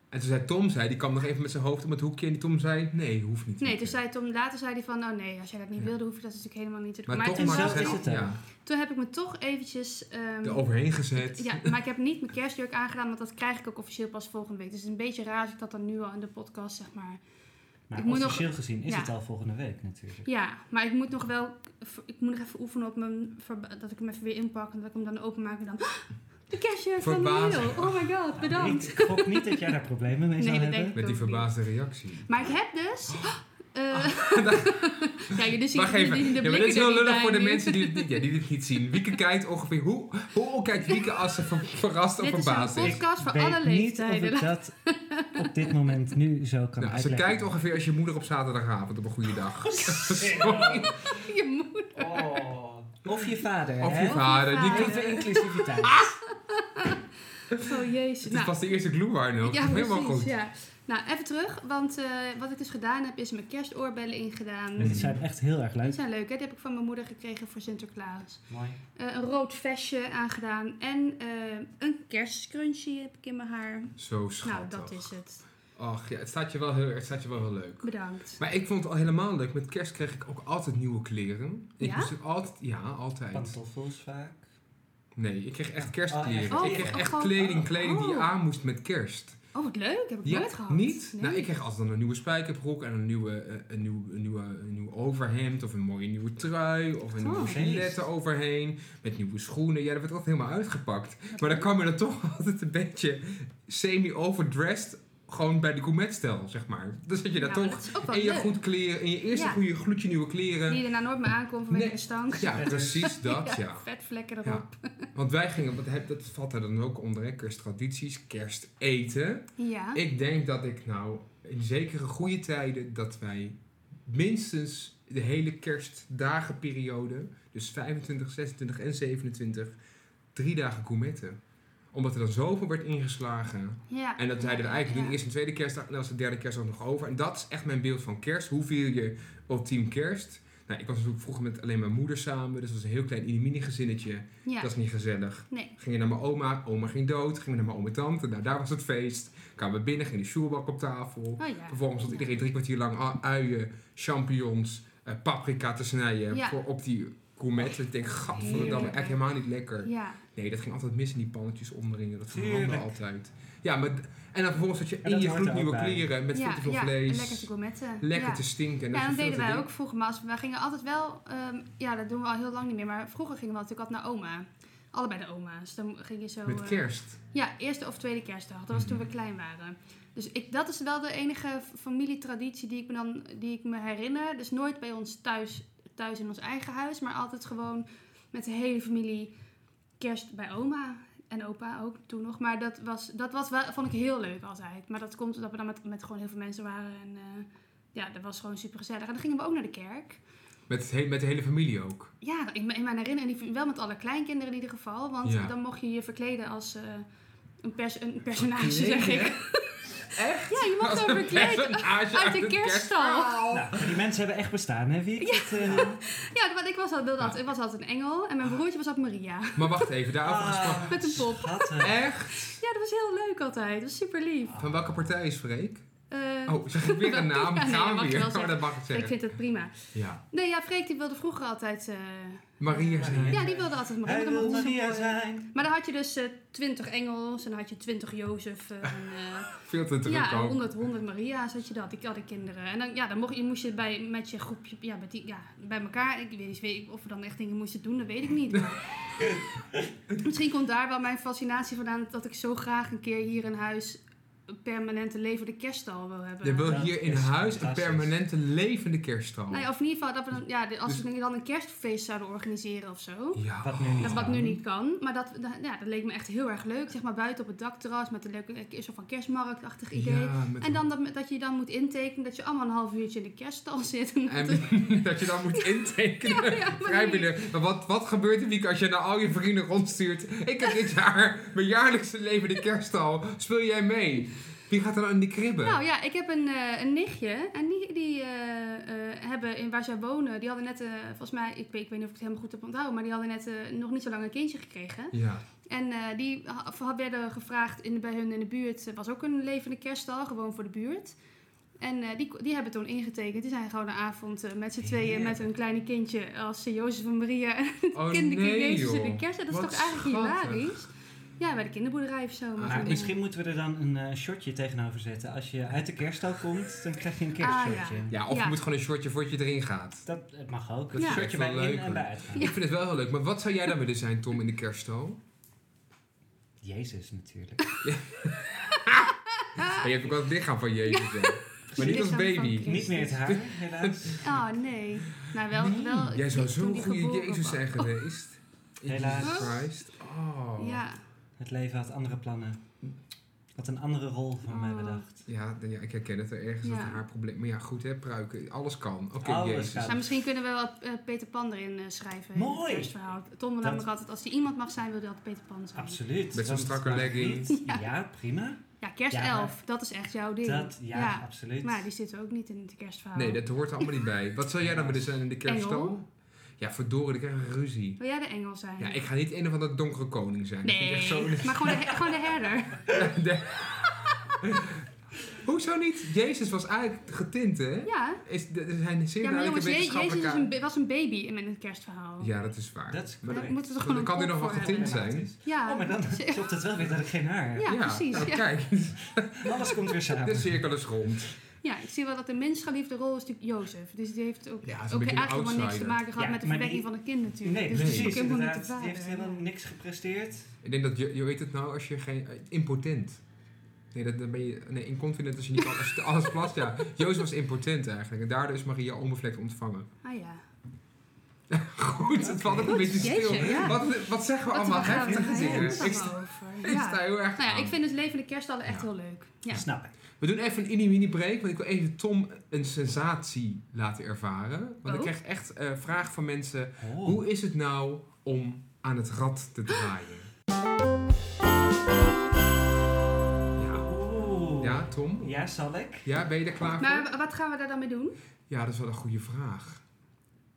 S3: En toen zei Tom, zei, die kwam nog even met zijn hoofd om het hoekje. En die Tom zei, nee, hoeft niet.
S2: Nee, toen zei Tom, later zei hij van, nou nee, als jij dat niet
S3: Ja.
S2: wilde, hoef je dat natuurlijk helemaal niet te doen.
S3: maar,
S2: Maar,
S3: toch
S2: toen,
S4: mag
S2: wel-
S3: maar
S4: zelf
S3: gezegd,
S4: is het dan.
S3: ja,
S2: toen heb ik me toch eventjes... ehm,
S3: er overheen gezet.
S2: ja, maar ik heb niet mijn kerstjurk aangedaan, want dat krijg ik ook officieel pas volgende week. Dus het is een beetje raar als ik dat dan nu al in de podcast, zeg maar.
S4: Maar
S2: Ik moet nog-
S4: officieel gezien is
S2: ja.
S4: het al volgende week natuurlijk.
S2: Ja, maar ik moet nog wel, ik moet nog even oefenen op mijn, verba- dat ik hem even weer inpak en dat ik hem dan openmaak en dan... De kerstjurk van de
S3: Verbazing.
S2: Lidl. Oh my god, bedankt.
S4: Ik gok niet dat jij daar problemen mee
S2: Nee,
S4: zou
S2: dat
S4: hebben.
S2: denk ik
S3: Met die
S2: ook niet.
S3: verbaasde reactie.
S2: Maar ik heb dus... eh, dus ja, jullie zien
S3: Ah. Wacht
S2: jullie
S3: even.
S2: zien de
S3: Ja, maar
S2: blikken
S3: dit is
S2: er
S3: heel
S2: niet
S3: lullig
S2: bij
S3: voor de
S2: nu.
S3: mensen die, het niet- ja, die dit niet zien. Wieke kijkt ongeveer... Hoe, hoe kijkt Wieke als ze ver- verrast of
S2: Dit is
S3: verbaasd
S2: een
S3: is?
S2: podcast voor
S4: weet
S2: alle leeftijden.
S4: niet of ik dat op dit moment nu zo kan
S3: Nou, ze
S4: uitleggen.
S3: kijkt ongeveer als je moeder op zaterdagavond op een goede dag. Sorry.
S2: Je moeder.
S4: Oh. Of je vader,
S3: Of
S4: hè?
S3: je vader. Die
S2: vader.
S3: kan-
S4: Niet de inclusiviteit.
S2: Oh jezus.
S3: Het is pas de eerste glühwein ook.
S2: ja,
S3: Helemaal
S2: precies.
S3: goed.
S2: Ja. Nou, even terug. Want eh, wat ik dus gedaan heb, is mijn kerstoorbellen ingedaan.
S4: Die zijn echt heel erg
S2: Die
S4: leuk.
S2: zijn leuk, hè? Die heb ik van mijn moeder gekregen voor Sinterklaas.
S4: Mooi.
S2: Eh, een rood vestje aangedaan. En eh, een kerstcrunchie heb ik in mijn haar.
S3: Zo schattig.
S2: Nou, dat is het.
S3: Ach ja, het staat je wel heel, het staat je wel heel leuk.
S2: Bedankt.
S3: Maar ik vond het al helemaal leuk. Met kerst kreeg ik ook altijd nieuwe kleren. Ik
S2: Ja?
S3: moest ook altijd, ja, altijd.
S4: Pantoffels vaak.
S3: Nee, ik kreeg echt
S4: Oh,
S3: kerstkleren.
S4: echt?
S3: ik kreeg
S2: Oh,
S3: echt
S2: gewoon-
S3: kleding, kleding die je
S2: oh.
S3: aan moest met kerst.
S2: Oh, wat leuk. Heb ik
S3: Ja,
S2: nooit gehad.
S3: Niet?
S2: Nee.
S3: Nou, ik kreeg altijd dan een nieuwe spijkerbroek en een nieuwe, eh, een nieuw, een nieuwe, een nieuw overhemd of een mooie nieuwe trui of een
S2: Oh,
S3: nieuwe
S4: nice.
S3: gilet overheen met nieuwe schoenen. Ja, dat werd altijd helemaal uitgepakt. Maar dan kwam je dan toch altijd een beetje semi-overdressed gewoon bij de gourmetstel, zeg maar. Dan zat je daar
S2: Ja, maar
S3: toch
S2: Nou, dat is ook wel
S3: in je
S2: leuk.
S3: goed kleren, in je eerste
S2: Ja.
S3: goede gloedje nieuwe kleren.
S2: Die je daarna nooit meer aankomt vanwege
S3: Nee.
S2: de stank.
S3: Ja, precies dat, ja.
S2: Vetvlekken erop.
S3: Ja, want wij gingen, want heb- dat valt daar dan ook onder, hè, kersttradities, kersteten.
S2: Ja.
S3: Ik denk dat ik nou, in zekere goede tijden, dat wij minstens de hele kerstdagenperiode, dus 25, 26 en 27, drie dagen gourmetten. Omdat er dan zoveel werd ingeslagen.
S2: ja.
S3: En dat zeiden we eigenlijk, doen
S2: Ja.
S3: eerst een tweede kerstdag en dan was de derde kerstdag nog over. En dat is echt mijn beeld van kerst. Hoe viel je ultiem kerst? Nou, ik was natuurlijk vroeger met alleen mijn moeder samen, dus dat was een heel klein mini gezinnetje.
S2: Ja.
S3: Dat is niet gezellig.
S2: Nee.
S3: Ging je naar mijn oma, oma ging dood. Ging we naar mijn oom en tante, nou daar was het feest. Kwamen we binnen, ging de sjoerbak op tafel.
S2: Oh ja.
S3: Vervolgens zat iedereen drie kwartier lang a- uien, champignons, eh, paprika te snijden
S2: Ja.
S3: voor op die gourmet. Ik denk, gadverdamme,
S2: Heerlijk.
S3: echt helemaal niet lekker.
S2: Ja.
S3: Nee, dat ging altijd mis in die pannetjes omringen. Dat verbrandde
S4: Tuurlijk.
S3: altijd. Ja, maar, d- en dan vervolgens zat je
S4: En
S3: in
S4: dat
S3: je
S4: hoort er ook
S3: gloednieuwe
S4: bij.
S3: kleren met
S2: ja,
S3: veel te veel
S2: ja,
S3: vlees.
S2: Lekker te gourmetten.
S3: lekker
S2: ja.
S3: te stinken. En
S2: Ja,
S3: dat
S2: dat
S3: je veel
S2: deden
S3: te
S2: wij
S3: dik-
S2: ook vroeger, maar als- we gingen altijd wel, ehm, ja dat doen we al heel lang niet meer, maar vroeger gingen we natuurlijk altijd naar oma. Allebei de oma's. Dan ging je zo...
S3: Met
S2: eh,
S3: kerst.
S2: ja, eerste of tweede kerstdag. Dat was toen we klein waren. Dus ik, dat is wel de enige f- familietraditie die ik me, dan, die ik me herinner. Dus nooit bij ons thuis, thuis in ons eigen huis, maar altijd gewoon met de hele familie kerst bij oma. En opa ook toen nog. Maar dat, was, dat was wel, vond ik heel leuk altijd. Maar dat komt omdat we dan met, met gewoon heel veel mensen waren. En eh, ja, dat was gewoon super gezellig. En dan gingen we ook naar de kerk.
S3: Met, het he- met de hele familie ook.
S2: Ja, in, mijn- in mijn herinnering, wel met alle kleinkinderen in ieder geval. Want
S3: Ja.
S2: dan mocht je je verkleden als eh, een, pers- een personage, zeg
S3: Verkleden?
S2: ik.
S3: Echt?
S2: Ja, je mag
S3: Als
S2: zo
S3: een
S2: verkleed
S3: personage
S2: uit de
S3: het
S2: kerststal.
S4: Nou, die mensen hebben echt bestaan, hè? Wie ik het, eh,
S2: Ja, want ik was, al, wilde altijd, ik was altijd een engel en mijn broertje was altijd Maria.
S3: Maar wacht even, daarover gesproken.
S4: Ah,
S2: Met een pop.
S4: schatten.
S2: Ah.
S3: Echt?
S2: Ja, dat was heel leuk altijd. Dat was super lief.
S3: Van welke partij is Freek?
S2: Eh,
S3: Oh, zeg ik weer een naam?
S2: Ja, nee,
S3: Gaan
S2: mag
S3: we
S2: je
S3: weer?
S2: wel
S3: Oh,
S2: zeggen.
S3: dat mag ik
S2: ik
S3: zeggen.
S2: vind het prima.
S3: Ja.
S2: Nee, ja, Freek die wilde vroeger altijd... eh,
S3: Maria zijn.
S2: ja, die wilde altijd Maria.
S4: Hij
S2: maar
S4: wil
S2: hoe ze-
S4: Maria zijn.
S2: Maar dan had je dus twintig engels en dan had je twintig Jozef eh, en... eh,
S3: Veel te druk
S2: Ja, en
S3: ook.
S2: 100, 100 Maria's had je dat. Ik had de kinderen. En dan, ja, dan mocht, je, moest je bij, met je groepje ja, met die, ja, bij elkaar. Ik weet niet weet ik of we dan echt dingen moesten doen, dat weet ik niet. Misschien komt daar wel mijn fascinatie vandaan dat ik zo graag een keer hier in huis een permanente levende kerststal wil hebben.
S3: Je wil
S4: Ja,
S3: hier in
S4: is
S3: huis een
S4: fantastisch.
S3: permanente levende kerststal.
S2: Nou ja, of in ieder geval, dat we dan, ja, de- als
S3: Dus-
S2: we dan een kerstfeest zouden organiseren of zo.
S3: Ja.
S4: Wat nu niet.
S2: Dat wat nu
S4: kan.
S2: niet kan. Maar dat, dat- ja, dat leek me echt heel erg leuk. Zeg maar buiten op het dakterras met een leuke eh, soort van kerstmarktachtig idee.
S3: Ja, met-
S2: En dan dat, dat je dan moet intekenen dat je allemaal een half uurtje in de kerststal zit. En
S3: En
S2: dat-
S3: dat je dan moet intekenen.
S2: ja, maar
S3: Vrijwillig. Maar wat, wat gebeurt er, Mieke, als je naar al je vrienden rondstuurt? Ik heb dit jaar mijn jaarlijkse leven de kerststal. Speel jij mee? Wie gaat er dan in die kribben?
S2: Nou ja, ik heb een, eh, een nichtje. En die, die eh, eh, hebben in waar zij wonen, die hadden net, eh, volgens mij, ik, weet- ik weet niet of ik het helemaal goed heb onthouden, maar die hadden net eh, nog niet zo lang een kindje gekregen.
S3: ja.
S2: En eh, die ha- of had- werden gevraagd in, bij hun in de buurt. Er was ook een levende kerststal, gewoon voor de buurt. En eh, die, die hebben toen ingetekend. Die zijn gewoon een avond eh, met z'n tweeën,
S4: Heerlijk.
S2: met hun kleine kindje als eh, Jozef en Maria. En
S3: Oh
S2: het kindje
S3: nee,
S2: Jezus in de
S3: joh.
S2: kerst. Dat is
S3: Wat
S2: toch eigenlijk
S3: schattig.
S2: hilarisch? Ja, bij de kinderboerderij of zo. eh,
S3: Ah,
S4: Maar
S2: zo'n-
S4: misschien moeten we er dan een eh, shotje tegenover zetten. Als je uit de kerststal komt, dan krijg je een kerstshotje.
S2: Ah,
S3: Ja, of
S2: Ja.
S3: je moet gewoon een shortje voordat je erin gaat.
S4: Dat het mag ook.
S3: Dat
S2: Ja.
S4: Een
S2: is
S4: shotje
S3: echt
S4: bij
S3: wel
S4: in
S3: leuk,
S4: en
S3: hoor.
S4: bij uitgaan.
S3: Ik vind het wel heel leuk. Maar wat zou jij dan willen zijn, Tom, in de kerststal?
S4: Jezus natuurlijk.
S2: Ah.
S3: Maar je hebt ook wel het lichaam van Jezus. hè? Maar niet
S2: Lichaam
S3: als
S2: van
S3: baby.
S2: Christus.
S4: Niet meer het haar, helaas.
S2: Oh nee. Nou wel, wel
S3: Jij zou
S2: toen
S3: zo'n
S2: die
S3: goede
S2: geboren
S3: Jezus
S2: was.
S3: zijn geweest.
S4: Helaas.
S3: Jesus Christ. Oh.
S2: Ja.
S4: Het leven had andere plannen. Had een andere rol voor mij
S2: Oh.
S4: bedacht.
S3: Ja, d- ja, ik herken het er ergens, dat
S2: Ja.
S3: haar probleem. Maar ja, goed hè, pruiken. Alles kan. Oké,
S4: Alles
S3: Jezus.
S4: kan.
S2: Nou, misschien kunnen we wel eh, Peter Pan erin eh, schrijven.
S4: Mooi.
S2: In het verhaal. Tom wil namelijk altijd, als hij iemand mag zijn, wil hij altijd Peter Pan zijn.
S4: Absoluut.
S3: Met zo'n
S4: want
S3: strakke
S4: waarom
S3: legging.
S4: niet? Ja, prima.
S2: Ja, kerstelf,
S4: Ja,
S2: dat is echt jouw ding.
S4: Dat, ja, absoluut.
S2: Maar die zitten ook niet in het kerstverhaal.
S3: Nee, dat hoort er allemaal niet bij. Wat zou jij dan willen zijn in de kerststal?
S2: Engel.
S3: Ja, verdorie, ik krijg een ruzie.
S2: Wil jij de engel zijn?
S3: Ja, ik ga niet een of andere donkere koning zijn. Dat vind ik
S2: Nee,
S3: echt zo-
S2: maar gewoon de, he- gewoon de herder.
S3: De- Hoezo niet? Jezus was eigenlijk getint, hè?
S2: Ja,
S3: Is, er zijn zeer
S2: ja maar
S3: duidelijke
S2: jongens, Je- Jezus
S3: wetenschappelijke...
S2: is een, ba- was een baby in met het kerstverhaal.
S3: Ja, dat is waar.
S4: Dat is
S2: Daar
S3: Maar
S4: correct.
S2: moeten we er
S3: dan
S2: gewoon
S3: kan
S2: een
S3: hij nog wel
S2: kop voor hebben.
S3: getint zijn.
S2: Ja,
S4: Oh, maar dan
S2: Ja,
S4: klopt het wel weer dat ik geen haar heb.
S2: precies.
S3: nou,
S2: ja.
S3: kijk,
S4: Alles komt weer samen.
S3: de cirkel is rond.
S2: Ja, ik zie wel dat de minst geliefde rol is natuurlijk Jozef. Dus die heeft ook,
S3: Ja, het is een
S2: ook
S3: beetje een
S2: eigenlijk helemaal niks te
S3: outsider.
S2: maken gehad
S4: Ja,
S2: met de
S4: maar
S2: verwekking
S4: die-
S2: van een kind natuurlijk.
S4: Nee,
S2: dus
S3: nee,
S2: die is
S4: precies.
S2: ook helemaal niet de
S4: Inderdaad,
S2: vader.
S4: die heeft helemaal niks gepresteerd.
S3: Ik denk dat je, je weet het nou als je geen eh, impotent. Nee, dat, dan ben je nee, incontinent als je niet alles, alles plast. Ja, Jozef was impotent eigenlijk. En daardoor is Maria onbevlekt ontvangen.
S2: Ah ja.
S3: Goed, het valt ook een beetje stil.
S2: jeetje, ja.
S3: Wat, wat zeggen we
S2: Wat
S3: allemaal
S2: gaan we
S3: heftige
S2: het
S3: dingen?
S2: allemaal
S3: Ik sta,
S2: over?
S3: ik sta
S2: Ja.
S3: heel erg
S2: Nou ja,
S3: aan.
S2: ik vind het leven in de kerstallen echt
S3: Ja.
S2: heel leuk. Ja.
S4: Snap ik.
S3: We doen even een mini break, want ik wil even Tom een sensatie laten ervaren. Want
S2: Oh.
S3: ik krijg echt eh vragen van mensen.
S4: Oh.
S3: Hoe is het nou om aan het rad te draaien? Ja,
S4: Oeh.
S3: ja Tom?
S4: Oh. Ja, zal ik?
S3: Ja, ben je er klaar voor?
S2: Maar w- wat gaan we daar dan mee doen?
S3: Ja, dat is wel een goede vraag.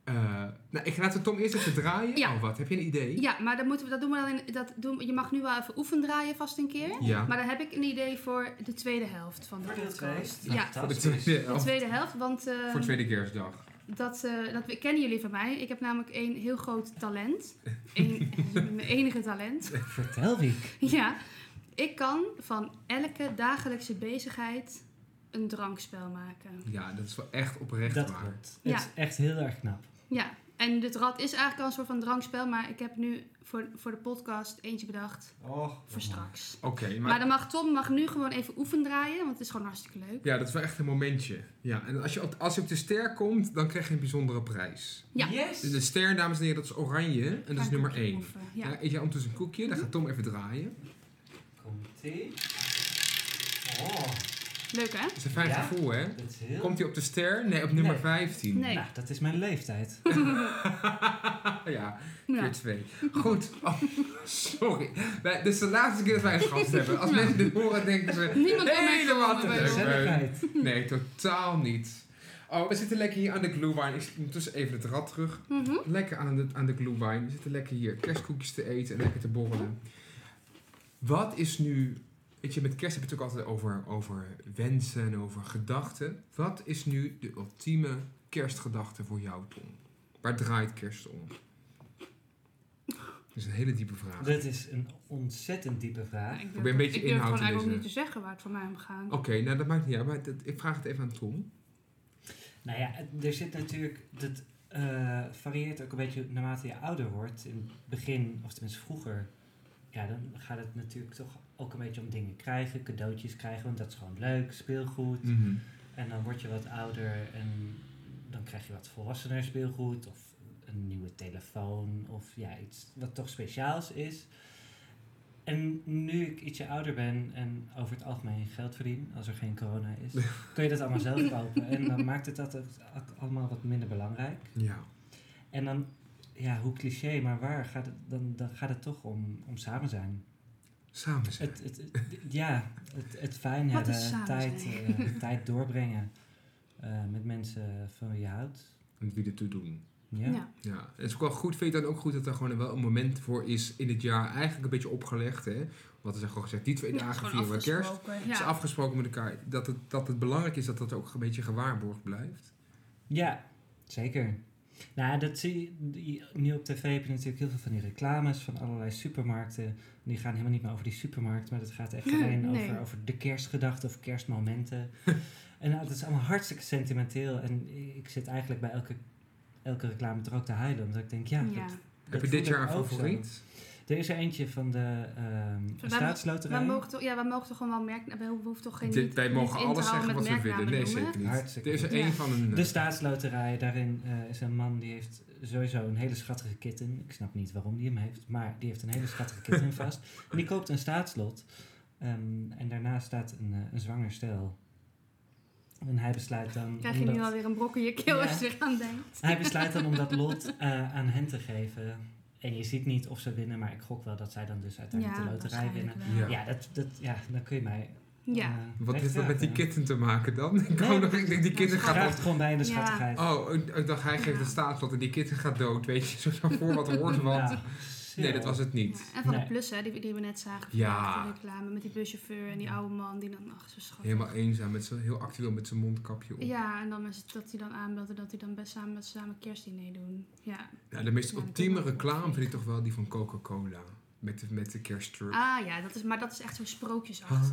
S3: Eh, nou, ik laat de Tom eerst even draaien.
S2: Ja.
S3: Oh, wat? Heb je een idee?
S2: Ja, maar dat, moeten we, dat doen we dan in... Dat doen, je mag nu wel even oefendraaien vast een keer.
S3: Ja.
S2: Maar dan heb ik een idee voor de tweede helft van de
S4: Voor deel twee.
S2: podcast. Ja,
S3: Voor de
S4: Fantastisch.
S3: tweede,
S2: de tweede helft, want... eh,
S3: voor de tweede kerstdag.
S2: Dat, eh, dat we- kennen jullie van mij. Ik heb namelijk één heel groot talent. Eén, mijn enige talent.
S4: Vertel wie.
S2: Ja. Ik kan van elke dagelijkse bezigheid een drankspel maken.
S3: Ja, dat is wel echt oprecht
S4: Dat
S3: waar.
S4: klopt.
S2: Ja.
S4: Het is echt heel erg knap.
S2: Ja. En dit rad is eigenlijk al een soort van drankspel. Maar ik heb nu voor, voor de podcast eentje bedacht.
S4: Oh,
S2: Voor straks.
S3: Oké, maar,
S2: Maar dan mag Tom mag nu gewoon even oefendraaien. Want het is gewoon hartstikke leuk.
S3: ja, dat is wel echt een momentje. Ja, en als je, op- als je op de ster komt, dan krijg je een bijzondere prijs. Dus
S2: Ja.
S4: Yes.
S3: De ster, dames en heren, dat is oranje. En
S2: Ga
S3: dat is
S2: ik
S3: nummer
S2: ook
S3: 1.
S2: oefenen,
S3: Ja.
S2: Ja.
S3: eet jij ondertussen een koekje? Dan gaat Tom even draaien.
S4: Komt-ie. Oh,
S2: Leuk hè?
S3: Dat is een fijn
S4: Ja.
S3: gevoel, hè?
S4: dat is heel...
S3: Komt hij op de ster? Nee, op nummer
S4: Nee.
S3: 15.
S2: Nee.
S4: Nou, dat is mijn leeftijd.
S3: ja,
S2: Ja.
S3: Keer twee. Goed. Oh, sorry. Wij- dit is de laatste keer dat wij een gast hebben. Als mensen dit horen, denken ze...
S2: Niemand wil mij
S3: helemaal te
S2: komen,
S3: leuk. Nee,
S4: Gezelligheid.
S3: nee, totaal niet. Oh, we zitten lekker hier aan de glühwein. Ik moet dus even het rad terug.
S2: Mhm.
S3: Lekker aan de, aan de glühwein. We zitten lekker hier kerstkoekjes te eten en lekker te borrelen. Wat is nu... Weet je, met kerst heb je het ook altijd over, over wensen en over gedachten. Wat is nu de ultieme kerstgedachte voor jou, Tom? Waar draait kerst om? Dat is een hele diepe vraag.
S4: Dat is een ontzettend diepe vraag.
S2: Ik
S3: ben
S2: durf-
S3: een beetje
S2: Ik durf
S3: inhoud
S2: gewoon
S3: te
S2: eigenlijk ook
S3: lezen.
S2: niet te zeggen waar het voor mij om gaat.
S3: Oké, nou dat maakt niet uit, maar dat- ik vraag het even aan Tom.
S4: Nou ja, er zit natuurlijk, dat eh, varieert ook een beetje naarmate je ouder wordt. In het begin, of tenminste vroeger, ja, dan gaat het natuurlijk toch ook een beetje om dingen krijgen, cadeautjes krijgen, want dat is gewoon leuk, speelgoed. En dan word je wat ouder en dan krijg je wat volwassener speelgoed of een nieuwe telefoon of ja, iets wat toch speciaals is. En nu ik ietsje ouder ben en over het algemeen geld verdien, als er geen corona is, kun je dat allemaal zelf kopen. En dan maakt het dat ook allemaal wat minder belangrijk.
S3: Ja.
S4: En dan, ja, hoe cliché, maar waar gaat het, dan, dan gaat het toch om, om samen zijn.
S3: Samen zijn.
S4: Het, het, het- ja, het, het fijn
S2: Wat
S4: hebben,
S2: is samen
S4: tijd,
S2: zijn?
S4: eh, tijd doorbrengen eh, met mensen van wie je houdt.
S3: En wie ertoe doen.
S4: Ja.
S2: Ja.
S3: Ja. Het is ook wel goed, vind je dan ook goed dat er gewoon wel een moment voor is in het jaar. Eigenlijk een beetje opgelegd, hè. Want er zijn gewoon gezegd, die twee
S2: Ja,
S3: dagen
S2: gewoon
S3: vieren we kerst.
S2: afgesproken,
S3: Het is
S2: Ja.
S3: afgesproken met elkaar. Dat het, dat het belangrijk is dat dat ook een beetje gewaarborgd blijft.
S4: Ja, zeker. Nou, dat zie je, nu op tv heb je natuurlijk heel veel van die reclames van allerlei supermarkten. Die gaan helemaal niet meer over die supermarkt, maar dat gaat echt alleen
S2: Nee.
S4: over, over de kerstgedachten of kerstmomenten. en nou, dat is allemaal hartstikke sentimenteel. En ik zit eigenlijk bij elke, elke reclame er ook te huilen, omdat ik denk, ja, dat-
S2: Ja.
S4: dat
S3: Heb je
S4: voel
S3: dit
S4: ik
S3: jaar een
S4: ook zo.
S3: favoriet?
S4: Er is er eentje van de ehm
S2: Wij-
S4: staatsloterij.
S2: We mogen toch, ja, we mogen toch gewoon wel merken. We hoeven toch geen.
S3: Dit-
S2: niet-
S3: wij
S2: niet
S3: mogen
S2: in te
S3: alles
S2: houden
S3: zeggen
S2: met
S3: wat we
S2: merknamen
S3: willen. Nee,
S2: noemen.
S3: zeker niet.
S4: Hartstikke
S3: Er is er
S2: goed.
S3: één
S2: Ja.
S3: van een...
S4: De staatsloterij, daarin eh, is een man die heeft sowieso een hele schattige kitten. Ik snap niet waarom die hem heeft, maar die heeft een hele schattige kitten vast. En die koopt een staatslot. Ehm, en daarna staat een, eh, een zwanger stel. En hij besluit dan...
S2: Krijg je
S4: om
S2: nu
S4: dat-
S2: alweer een brok in je keel
S4: Ja.
S2: als je eraan denkt?
S4: Hij besluit dan om dat lot eh, aan hen te geven. En je ziet niet of ze winnen, maar ik gok wel dat zij dan dus uiteindelijk de loterij winnen.
S2: waarschijnlijk
S3: Ja.
S2: wel.
S4: Ja, dat, dat, ja, dan kun je mij...
S2: Ja.
S4: eh,
S3: Wat heeft dat met die
S4: wegvragen.
S3: kitten te maken dan? Ik, wou nog, ik denk, die kitten
S4: Hij
S3: gaat
S4: draagt gewoon bij in de
S2: Ja.
S4: schattigheid.
S3: Oh, ik ik dacht hij geeft
S2: Ja.
S3: een staatslot en die kitten gaat dood, weet je. Zo zo voor wat hoort wat.
S4: Nou, chill.
S3: Nee, dat was het
S2: Ja,
S3: niet.
S2: en van de
S4: Nee.
S2: plus, hè, die, we- die we net zagen.
S3: Ja.
S2: vandaag, De reclame met die buschauffeur en die oude man die dan achter zijn schat.
S3: Helemaal eenzaam, met zijn, heel actueel met zijn mondkapje op.
S2: Ja, en dan is het dat hij dan aanbelde dat hij dan best samen met ze samen kerstdiner doen. Ja.
S3: Nou, de meest
S2: Ja, dat
S3: ultieme
S2: is wel
S3: reclame
S2: goed.
S3: vind ik toch wel die van Coca-Cola. Met de, met de kerstdruk.
S2: Ah ja, dat is, maar dat is echt zo sprookjesachtig.
S3: are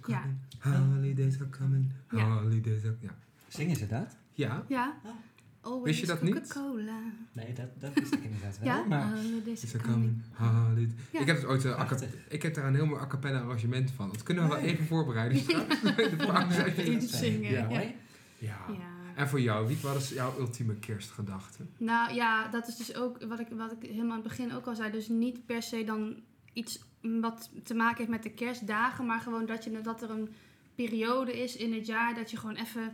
S3: coming, holidays are coming,
S2: Ja.
S3: holidays are... Ja.
S4: Zingen ze dat?
S3: Ja,
S2: Ja.
S4: Ah.
S2: Always
S3: Wist je dat niet?
S2: Coca-Cola.
S4: Nee, dat, dat wist ik inderdaad wel.
S2: Ja,
S4: Maar
S2: oh, deze
S3: is er
S2: kan niet.
S3: coming, holidays...
S2: Ja.
S3: Ik heb het ooit... eh, a
S4: Prachtig.
S3: cap- ik heb daar een heel mooi a cappella arrangement van. Dat kunnen we wel
S4: Nee.
S3: even voorbereiden straks. de pauze.
S4: Ja.
S2: Eens zingen. Eh,
S3: Ja.
S2: Ja.
S4: Mooi.
S3: Ja.
S2: Ja.
S3: En voor jou, Wiek, wat is jouw ultieme kerstgedachte?
S2: Nou ja, dat is dus ook wat ik, wat ik helemaal aan het begin ook al zei. Dus niet per se dan iets wat te maken heeft met de kerstdagen. Maar gewoon dat, je, dat er een periode is in het jaar dat je gewoon even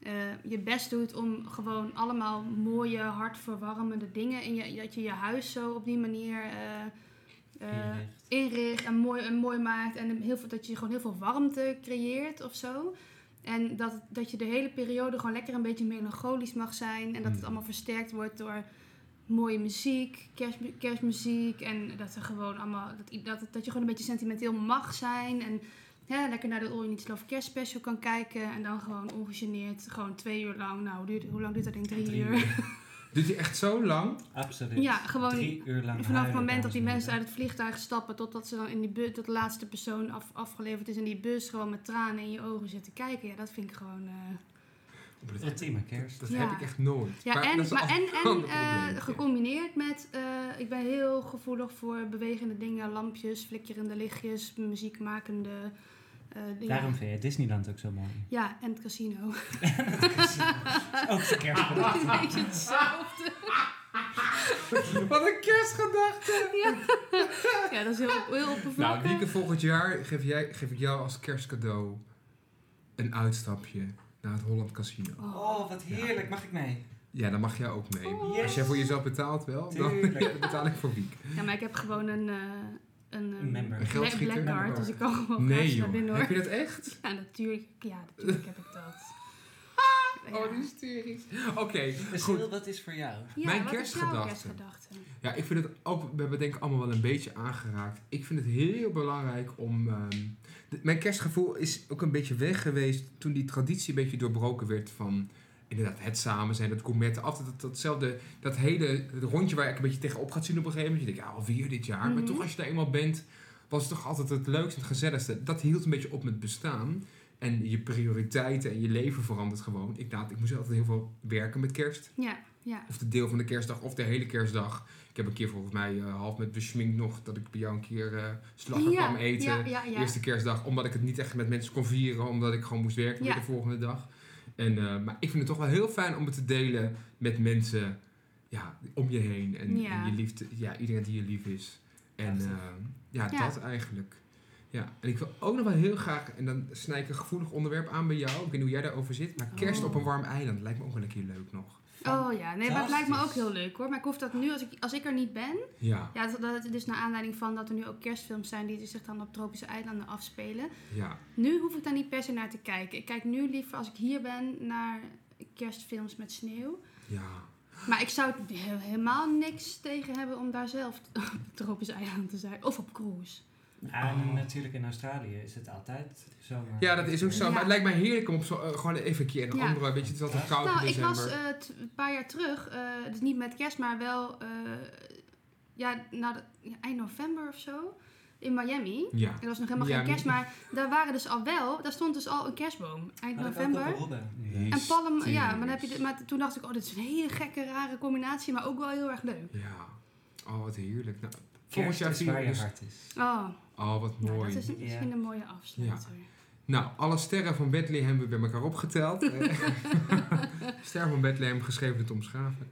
S2: eh, je best doet om gewoon allemaal mooie, hartverwarmende dingen. In je, dat je je huis zo op die manier eh, eh,
S4: Inricht.
S2: inricht en mooi, en mooi maakt. En heel veel, dat je gewoon heel veel warmte creëert of zo. En dat, dat je de hele periode gewoon lekker een beetje melancholisch mag zijn. En dat het
S3: Mm.
S2: allemaal versterkt wordt door mooie muziek, kerstmu- kerstmuziek. En dat, er gewoon allemaal, dat, i- dat, het- dat je gewoon een beetje sentimenteel mag zijn. En hè, lekker naar de All You Need to Love kerstspecial kan kijken. En dan gewoon ongegeneerd, gewoon twee uur lang. Nou, hoe duurt, hoe lang duurt dat in drie,
S4: Drie
S2: uur?
S4: uur.
S3: Duurt die echt zo lang?
S4: Absoluut.
S2: Ja, gewoon
S4: Drie uur lang
S2: Vanaf het
S4: huilen,
S2: moment dat die
S4: dames en
S2: mensen
S4: heren.
S2: uit het vliegtuig stappen, totdat ze dan in die bus, tot de laatste persoon af, afgeleverd is in die bus, gewoon met tranen in je ogen zitten kijken. Ja, dat vind ik gewoon. eh,
S3: Maar dat-
S4: Ultieme kerst.
S3: Dat
S2: Ja.
S3: heb ik echt nooit.
S2: Ja, en,
S3: dat is een
S2: maar en,
S3: ander
S2: en eh,
S3: probleem.
S2: gecombineerd met, eh, ik ben heel gevoelig voor bewegende dingen, lampjes, flikkerende lichtjes, muziekmakende eh dingen.
S4: Daarom vind je Disneyland ook zo mooi.
S2: Ja, en het casino. Eh.
S4: Ook de kerstgedachte.
S2: Een beetje hetzelfde.
S3: Wat een kerstgedachte!
S2: ja. ja, dat is heel, heel
S3: Nou,
S2: oppervlakkig.
S3: Wieke, volgend jaar geef, jij, geef ik jou als kerstcadeau een uitstapje naar het Holland Casino.
S2: Oh.
S4: Oh, wat heerlijk. Mag ik mee?
S3: Ja, dan mag jij ook mee.
S2: Oh.
S3: Als jij voor jezelf betaalt wel, dan
S4: Tuurlijk.
S3: betaal ik voor Wiek.
S2: Ja, maar ik heb gewoon een... eh, een, eh,
S4: Een member.
S3: Een geldschieter.
S2: black card, dus ik kan gewoon
S3: Oh. Nee
S2: gratis naar
S3: joh,
S2: binnen hoor.
S3: heb je dat echt?
S2: Ja, natuurlijk. Ja, natuurlijk heb ik dat. Ja.
S3: Oh, die hysterisch. Oké,
S4: Dus
S3: goed.
S4: Wil, wat is voor jou?
S2: Ja,
S3: Mijn
S2: wat is jouw
S3: kerstgedachte.
S2: kerstgedachte?
S3: Ja, ik vind het ook, we hebben het denk ik allemaal wel een beetje aangeraakt. Ik vind het heel belangrijk om. ehm, de- mijn kerstgevoel is ook een beetje weg geweest toen die traditie een beetje doorbroken werd van. Inderdaad, het samen zijn, dat gourmetten, altijd dat, datzelfde, dat hele rondje waar ik een beetje tegenop gaat zien op een gegeven moment. Je denkt, ja, alweer dit jaar. Maar
S2: Mhm.
S3: toch, als je daar eenmaal bent, was het toch altijd het leukste en het gezelligste. Dat hield een beetje op met bestaan. En je prioriteiten en je leven verandert gewoon. Ik, nou, ik moest altijd heel veel werken met kerst.
S2: Ja, ja.
S3: Of de deel van de kerstdag of de hele kerstdag. Ik heb een keer volgens mij eh, half met besminkt nog dat ik bij jou een keer eh slager
S2: ja,
S3: kwam eten.
S2: Ja, ja, ja.
S3: Eerste kerstdag, omdat ik het niet echt met mensen kon vieren, omdat ik gewoon moest werken
S2: Ja.
S3: weer de volgende dag. En, eh, maar ik vind het toch wel heel fijn om het te delen met mensen ja, om je heen. En,
S2: Ja.
S3: en je liefde, ja, iedereen die je lief is. En
S4: Prachtig.
S3: eh, ja,
S2: Ja.
S3: dat eigenlijk. Ja, en ik wil ook nog wel heel graag, en dan snij ik een gevoelig onderwerp aan bij jou. Ik weet niet hoe jij daarover zit, maar kerst
S2: Oh.
S3: op een warm eiland lijkt me ook wel een keer leuk nog.
S2: Oh ja, nee, maar het lijkt me ook
S4: Fantastisch.
S2: heel leuk hoor. Maar ik hoef dat nu, als ik, als ik er niet ben.
S3: Ja,
S2: Ja, dat, dat is dus naar aanleiding van dat er nu ook kerstfilms zijn die zich dan op tropische eilanden afspelen.
S3: ja.
S2: Nu hoef ik daar niet per se naar te kijken. Ik kijk nu liever als ik hier ben naar kerstfilms met sneeuw.
S3: Ja.
S2: Maar ik zou he- helemaal niks tegen hebben om daar zelf op een tropisch eiland te zijn. Of op cruise.
S4: En
S3: Oh.
S4: Ah, natuurlijk in Australië is het altijd zomer.
S3: ja, dat is ook zo.
S2: Ja.
S3: Maar het lijkt mij heerlijk om op zo, eh, gewoon even een keer een
S2: Ja.
S3: andere... Weet je, het is altijd koud
S2: Nou,
S3: in
S2: ik
S3: december.
S2: was eh, t- een paar jaar terug, eh, dus niet met kerst, maar wel eh, ja, na de- ja, eind november of zo, in Miami.
S3: ja.
S2: Er was nog helemaal
S3: Miami.
S2: geen kerst, maar daar waren dus al wel, daar stond dus al een kerstboom, eind
S4: Had ik ook
S2: november.
S4: op Robben.
S3: Ja.
S2: En palm, ja, maar, dan heb je
S3: Hysterisch.
S2: dit- maar toen dacht ik, oh, dit is een hele gekke, rare combinatie, maar ook wel heel erg leuk.
S3: Ja. Oh, wat heerlijk. Nou, volgend
S4: Kerst
S3: jaar
S4: is
S3: vieren
S4: waar
S3: we
S4: je
S3: dus...
S4: hart is.
S2: Oh,
S3: Oh, wat
S2: nou,
S3: mooi.
S2: dat is
S4: Ja.
S2: misschien een mooie afsluiter.
S3: Nou, alle sterren van Bethlehem hebben we bij elkaar opgeteld. Eh, Ster van Bethlehem, geschreven door Tom Schaven.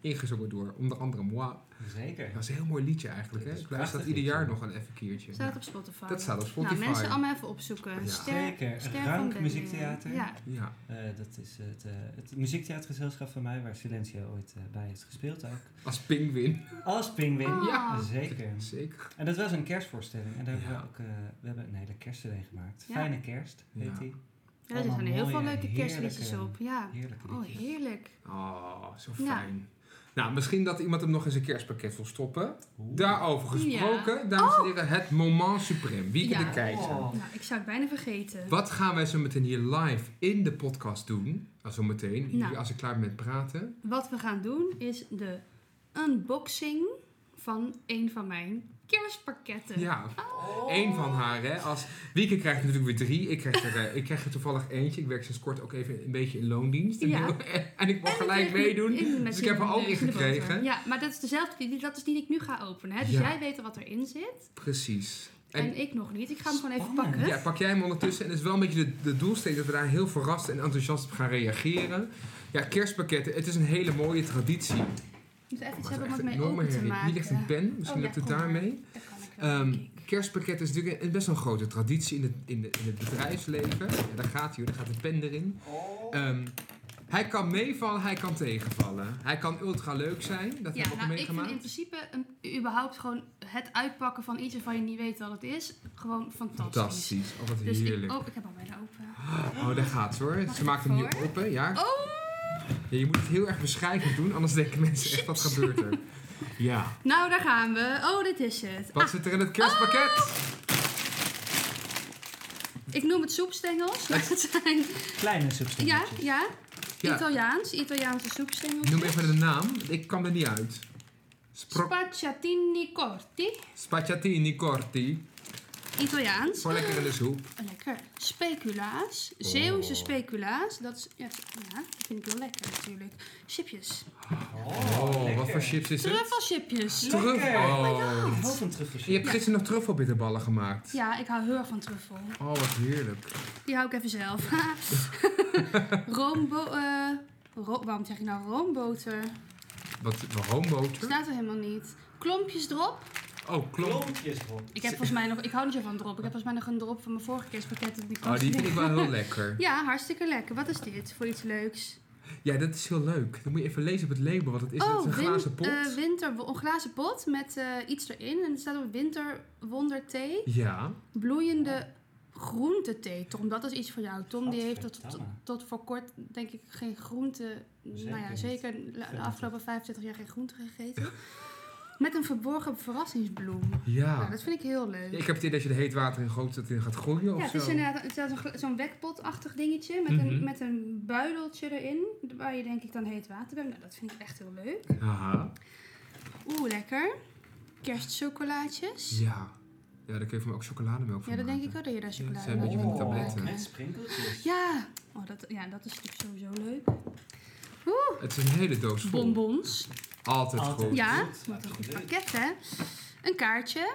S3: Ingezongen door onder andere moi.
S4: Zeker.
S3: Dat is een heel mooi liedje eigenlijk. Hè?
S4: Dat is
S3: Ik luister
S4: prachtig
S3: dat ieder jaar nog
S4: liedje.
S3: wel even een keertje.
S2: Staat op Spotify.
S3: Dat staat op Spotify.
S2: Nou, mensen allemaal even opzoeken.
S3: Ja.
S2: Ster,
S4: Zeker.
S2: ster van
S4: Rank
S2: Benny.
S4: Muziektheater.
S2: Ja,
S3: Ja.
S4: Eh, dat is het, eh, het muziektheatergezelschap van mij, waar Silencio ooit eh, bij heeft gespeeld ook.
S3: Als pinguïn.
S4: Als Pinguïn.
S2: Ah. Ja.
S4: Zeker.
S3: Zeker.
S4: En dat was een kerstvoorstelling. En daar hebben
S3: Ja.
S4: we ook eh, we hebben een hele kerstcd gemaakt.
S2: Ja.
S4: Fijne kerst, heet
S3: Ja.
S4: die.
S2: Ja, er zijn
S4: Allemaal
S2: heel veel
S4: mooie,
S2: leuke kerstliedjes Oh,
S4: heerlijke-
S2: op. Ja.
S4: Heerlijke
S2: Oh,
S4: liedjes.
S2: heerlijk.
S3: Oh, zo
S2: Ja.
S3: fijn. Nou, misschien dat iemand hem nog eens een kerstpakket wil stoppen. Daarover gesproken, dames en heren, het moment suprême. Wie
S2: Oh! Ja.
S3: de keizer.
S4: Oh.
S2: Nou, ik zou het bijna vergeten.
S3: Wat gaan wij zo meteen hier live in de podcast doen? Nou, zo meteen, hier
S2: Nou.
S3: als ik klaar ben met praten.
S2: Wat we gaan doen is de unboxing van een van mijn kerstpakketten.
S3: Ja, één van haar. Hè. Als, Wieke krijgt natuurlijk weer drie. Ik krijg, er, eh, ik krijg er toevallig eentje. Ik werk sinds kort ook even een beetje in loondienst.
S2: Ja.
S3: En ik mag gelijk meedoen. dus ik heb er ook in
S2: in
S3: gekregen.
S2: Ja, maar dat is dezelfde, die- dat is die die ik nu ga openen. Hè? Dus
S3: Ja.
S2: jij weet al wat erin zit
S3: Precies.
S2: en,
S3: En-
S2: ik nog niet. Ik ga hem gewoon even
S4: Spannend.
S2: pakken.
S3: Ja, pak jij hem ondertussen. En het is wel een beetje de, de doelstelling dat we daar heel verrast en enthousiast op gaan reageren. Ja, kerstpakketten. Het is een hele mooie traditie.
S2: Ik moet even iets
S3: Wat
S2: hebben om
S3: echt
S2: het mee
S3: enorme
S2: open te
S3: herrie.
S2: maken.
S3: Hier ligt een pen. Misschien
S2: Oh,
S3: lukt
S2: ja,
S3: het
S2: kom maar.
S3: daarmee.
S2: Dat kan ik wel,
S3: Ehm,
S2: denk ik.
S3: kerstpakketten is natuurlijk een, best wel een grote traditie in het, in, de- in het bedrijfsleven. Ja, daar gaat hij, hoor. daar gaat de pen erin. Ehm, hij kan meevallen, hij kan tegenvallen. Hij kan ultra leuk zijn. Dat
S2: Ja,
S3: hebben we ook
S2: nou, ik vind in
S3: meegemaakt.
S2: principe een, überhaupt gewoon het uitpakken van iets waarvan je niet weet wat het is, gewoon fantastisch.
S3: Fantastisch. Oh, wat
S2: Dus ik,
S3: heerlijk.
S2: oh, ik heb al bijna open.
S3: Oh, daar gaat ze hoor.
S2: Mag
S3: Ze
S2: ik
S3: maakt hem nu
S2: voor?
S3: open. Ja,
S2: Oh!
S3: Ja, je moet het heel erg beschrijvend doen, anders denken mensen echt wat gebeurt er. Ja.
S2: Nou, daar gaan we. Oh, dit is het.
S3: Wat zit er in het
S2: Oh!
S3: kerstpakket?
S2: Ik noem het soepstengels. maar het zijn,
S4: Kleine substantie.
S2: ja, ja,
S3: Ja.
S2: Italiaans. Italiaanse soepstengels.
S3: Noem even de naam. Ik kwam er niet uit. Spro
S2: Spacciatini corti.
S3: spacciatini corti.
S2: Italiaans.
S3: Voor lekker in de soep.
S2: Lekker. Speculaas.
S3: Oh.
S2: Zeeuwse speculaas. Dat is, ja, ja, dat vind ik wel lekker natuurlijk. Chipjes.
S3: Oh, wat voor chips is het?
S2: Truffelchipjes.
S4: Lekker.
S3: Oh.
S4: Wat een truffeltje.
S3: Je hebt gisteren nog truffelbitterballen gemaakt.
S2: Ja, ik hou heel erg van truffel.
S3: Oh, wat heerlijk.
S2: Die hou ik even zelf. Roombo... eh, ro- waarom zeg ik nou roomboter?
S3: Wat, wat roomboter?
S2: Staat er helemaal niet. Klompjes drop.
S3: Oh, klomp.
S4: Klompjes, Rob.
S2: Ik heb volgens mij nog... Ik hou niet zo van drop. Ik heb volgens mij nog een drop van mijn vorige kerstpakket. Die
S3: Oh,
S2: kast
S3: die vind ik
S2: liggen.
S3: wel heel lekker.
S2: Ja, hartstikke lekker. Wat is dit voor iets leuks?
S3: Ja, dat is heel leuk. Dan moet je even lezen op het label wat het is. dat is een
S2: win-
S3: glazen pot.
S2: eh, winter, een glazen pot met eh, iets erin. En er staat op winterwonderthee.
S3: Ja.
S2: Bloeiende groentethee. Tom, dat is iets voor jou. Tom die heeft tot, tot,
S4: Gadverdamme.
S2: tot voor kort, denk ik, geen groente... nou ja,
S4: niet.
S2: zeker de- de
S4: niet.
S2: afgelopen 25 jaar geen groente gegeten. Met een verborgen verrassingsbloem. Nou,
S3: Ja.
S2: dat vind ik heel leuk.
S3: Ah. Ik heb het idee dat je er heet water in gooit dat het in gaat groeien of
S2: Ja, het is
S3: zo.
S2: inderdaad het is zo'n gl- zo'n wekpotachtig dingetje met,
S3: Mhm.
S2: een, met een buideltje erin. Waar je denk ik dan heet water bij. hebt. Nou, dat vind ik echt heel leuk.
S3: Aha.
S2: Oeh, lekker. Kerstchocolaatjes. Ja,
S3: Ja. Ja, dan kun je van mij ook chocolademelk van
S2: dat denk ik
S3: maken.
S2: wel dat je daar
S3: Ja,
S2: chocolade
S3: het zijn een beetje van die
S2: Oh,
S3: tabletten.
S2: lekker.
S4: Met sprinkeltjes.
S2: Ja. Oh, dat, ja, dat is natuurlijk sowieso leuk.
S3: Het is een hele doos vol.
S2: Bonbons.
S3: Altijd,
S4: Altijd.
S3: goed.
S2: Ja,
S4: goed.
S2: wat een goed
S4: Leuk.
S2: pakket hè. Een kaartje.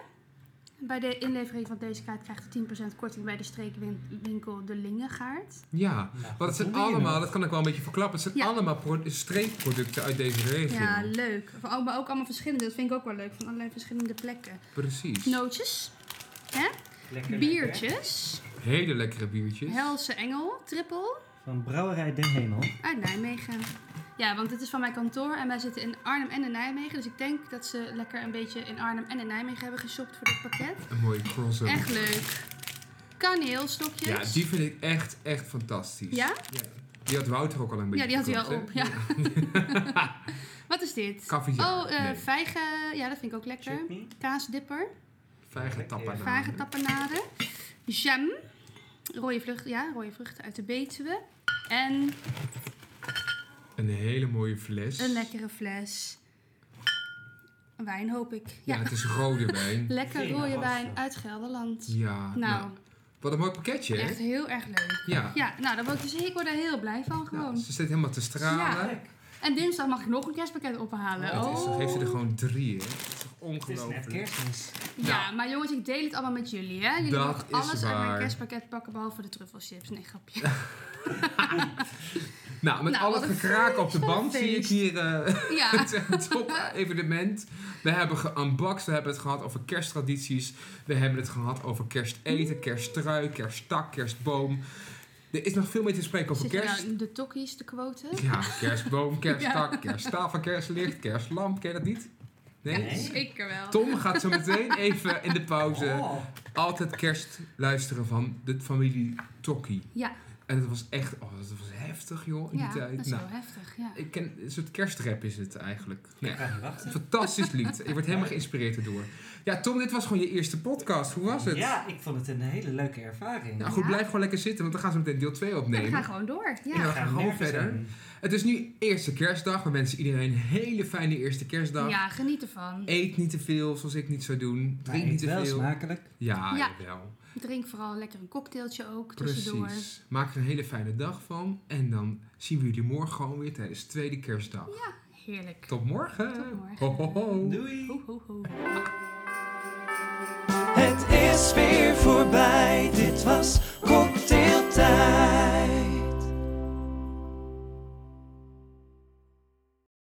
S2: Bij de inlevering van deze kaart krijgt je 10% korting bij de streekwinkel De Lingengaard.
S3: Ja.
S4: Nou,
S3: Want het zijn
S4: doe je
S3: allemaal,
S4: nou?
S3: dat kan ik wel een beetje verklappen, het zijn
S2: Ja.
S3: allemaal pro- streekproducten uit deze regio.
S2: Ja, leuk. Van al- Maar ook allemaal verschillende. Dat vind ik ook wel leuk. Van allerlei verschillende plekken.
S3: Precies.
S2: Nootjes.
S4: Lekker, lekker.
S2: Biertjes.
S3: Hele lekkere biertjes.
S2: Helse Engel. Trippel.
S4: Van Brouwerij Den Hemel.
S2: Uit Nijmegen. Ja, want dit is van mijn kantoor. En wij zitten in Arnhem en in Nijmegen. Dus ik denk dat ze lekker een beetje in Arnhem en in Nijmegen hebben geshopt voor dit pakket.
S3: Een mooie cross
S2: Echt leuk. Kaneelstokjes.
S3: Ja, die vind ik echt, echt fantastisch.
S2: Ja?
S3: Die had Wouter ook al een beetje
S2: Ja, die had hij al
S3: verklapt,
S2: op.
S3: hè?
S2: Ja. Wat is dit?
S3: Kaviaar.
S2: Oh, eh
S3: nee.
S2: vijgen. Ja, dat vind ik ook lekker.
S4: Chutney.
S2: Kaasdipper.
S3: Vijgentappanade.
S2: Vage tapenade. Jam. Rode vruchten, ja, rode vruchten uit de Betuwe. En
S3: Een hele mooie fles.
S2: een lekkere fles wijn, hoop ik.
S3: Ja,
S2: Ja,
S3: het is rode wijn.
S2: lekker
S4: Ja,
S2: rode
S4: was
S2: wijn
S4: zo.
S2: uit Gelderland.
S3: Ja.
S2: nou,
S3: Wat een mooi pakketje, hè?
S2: echt heel erg leuk.
S3: Ja.
S2: Ja, nou, daar word ik, dus, ik word daar heel blij van
S3: Ja,
S2: gewoon.
S3: Ze zit helemaal te stralen.
S2: Ja. En dinsdag mag ik nog een kerstpakket ophalen.
S3: Het is,
S2: Oh.
S3: dan geeft ze er gewoon drie, hè? Dat is toch
S4: Het is net
S3: ongelooflijk?
S4: kerstmis.
S2: Ja, maar jongens, ik deel het allemaal met jullie, hè? Jullie
S3: Dat
S2: mogen
S3: is
S2: alles uit
S3: waar.
S2: mijn kerstpakket pakken, behalve de truffelchips. Nee, grapje.
S3: Nou, met
S2: Nou,
S3: al
S2: wat
S3: het
S2: een
S3: gekraak op de
S2: feest, wat
S3: band
S2: een
S3: zie ik
S2: feest.
S3: hier eh,
S2: Ja.
S3: het echt een top evenement. We hebben geunboxed, we hebben het gehad over kersttradities. We hebben het gehad over kersteten, kersttrui, kersttak, kerstboom. Er is nog veel meer te spreken over
S2: Zit je
S3: kerst.
S2: nou de tokkies te quoten?
S3: Ja, kerstboom, kersttak, kersttafel, kerstlicht, kerstlamp. Ken je dat niet? Nee?
S4: Nee.
S2: Zeker wel.
S3: Tom gaat zo meteen even in de pauze
S4: Oh.
S3: altijd kerst luisteren van de familie Tokkie.
S2: Ja,
S3: En het was echt, oh, dat was heftig joh in
S2: Ja,
S3: die tijd.
S2: dat is
S3: Nou,
S2: wel heftig, ja.
S3: ik ken, een soort kerstrap is het eigenlijk.
S5: Ik
S3: Ja.
S5: ga niet wachten.
S3: Fantastisch lied. Je wordt helemaal geïnspireerd erdoor. Ja, Tom, dit was gewoon je eerste podcast. Hoe was het?
S4: Ja, ik vond het een hele leuke ervaring.
S3: Nou goed,
S2: Ja.
S3: blijf gewoon lekker zitten, want dan gaan ze meteen deel 2
S2: Ja, we
S3: opnemen.
S2: gaan gewoon door. Ja.
S3: Ja.
S4: We gaan
S3: gewoon
S4: nergens
S3: verder.
S4: heen.
S3: Het is nu eerste kerstdag. We wensen iedereen een hele fijne eerste kerstdag.
S2: Ja, geniet ervan.
S3: Eet niet te veel, zoals ik niet zou doen.
S4: Maar
S3: Drink niet
S4: eet
S3: te
S4: wel
S3: veel.
S4: smakelijk.
S3: Ja,
S2: Ja.
S3: jawel.
S2: Drink vooral lekker een cocktailtje ook tussendoor.
S3: Precies. Maak er een hele fijne dag van. En dan zien we jullie morgen gewoon weer tijdens tweede kerstdag.
S2: Heerlijk.
S3: Tot morgen.
S2: Tot morgen.
S3: Ho, ho, ho.
S4: Doei!
S2: Ho, ho, ho.
S1: Het is weer voorbij, dit was cocktailtijd.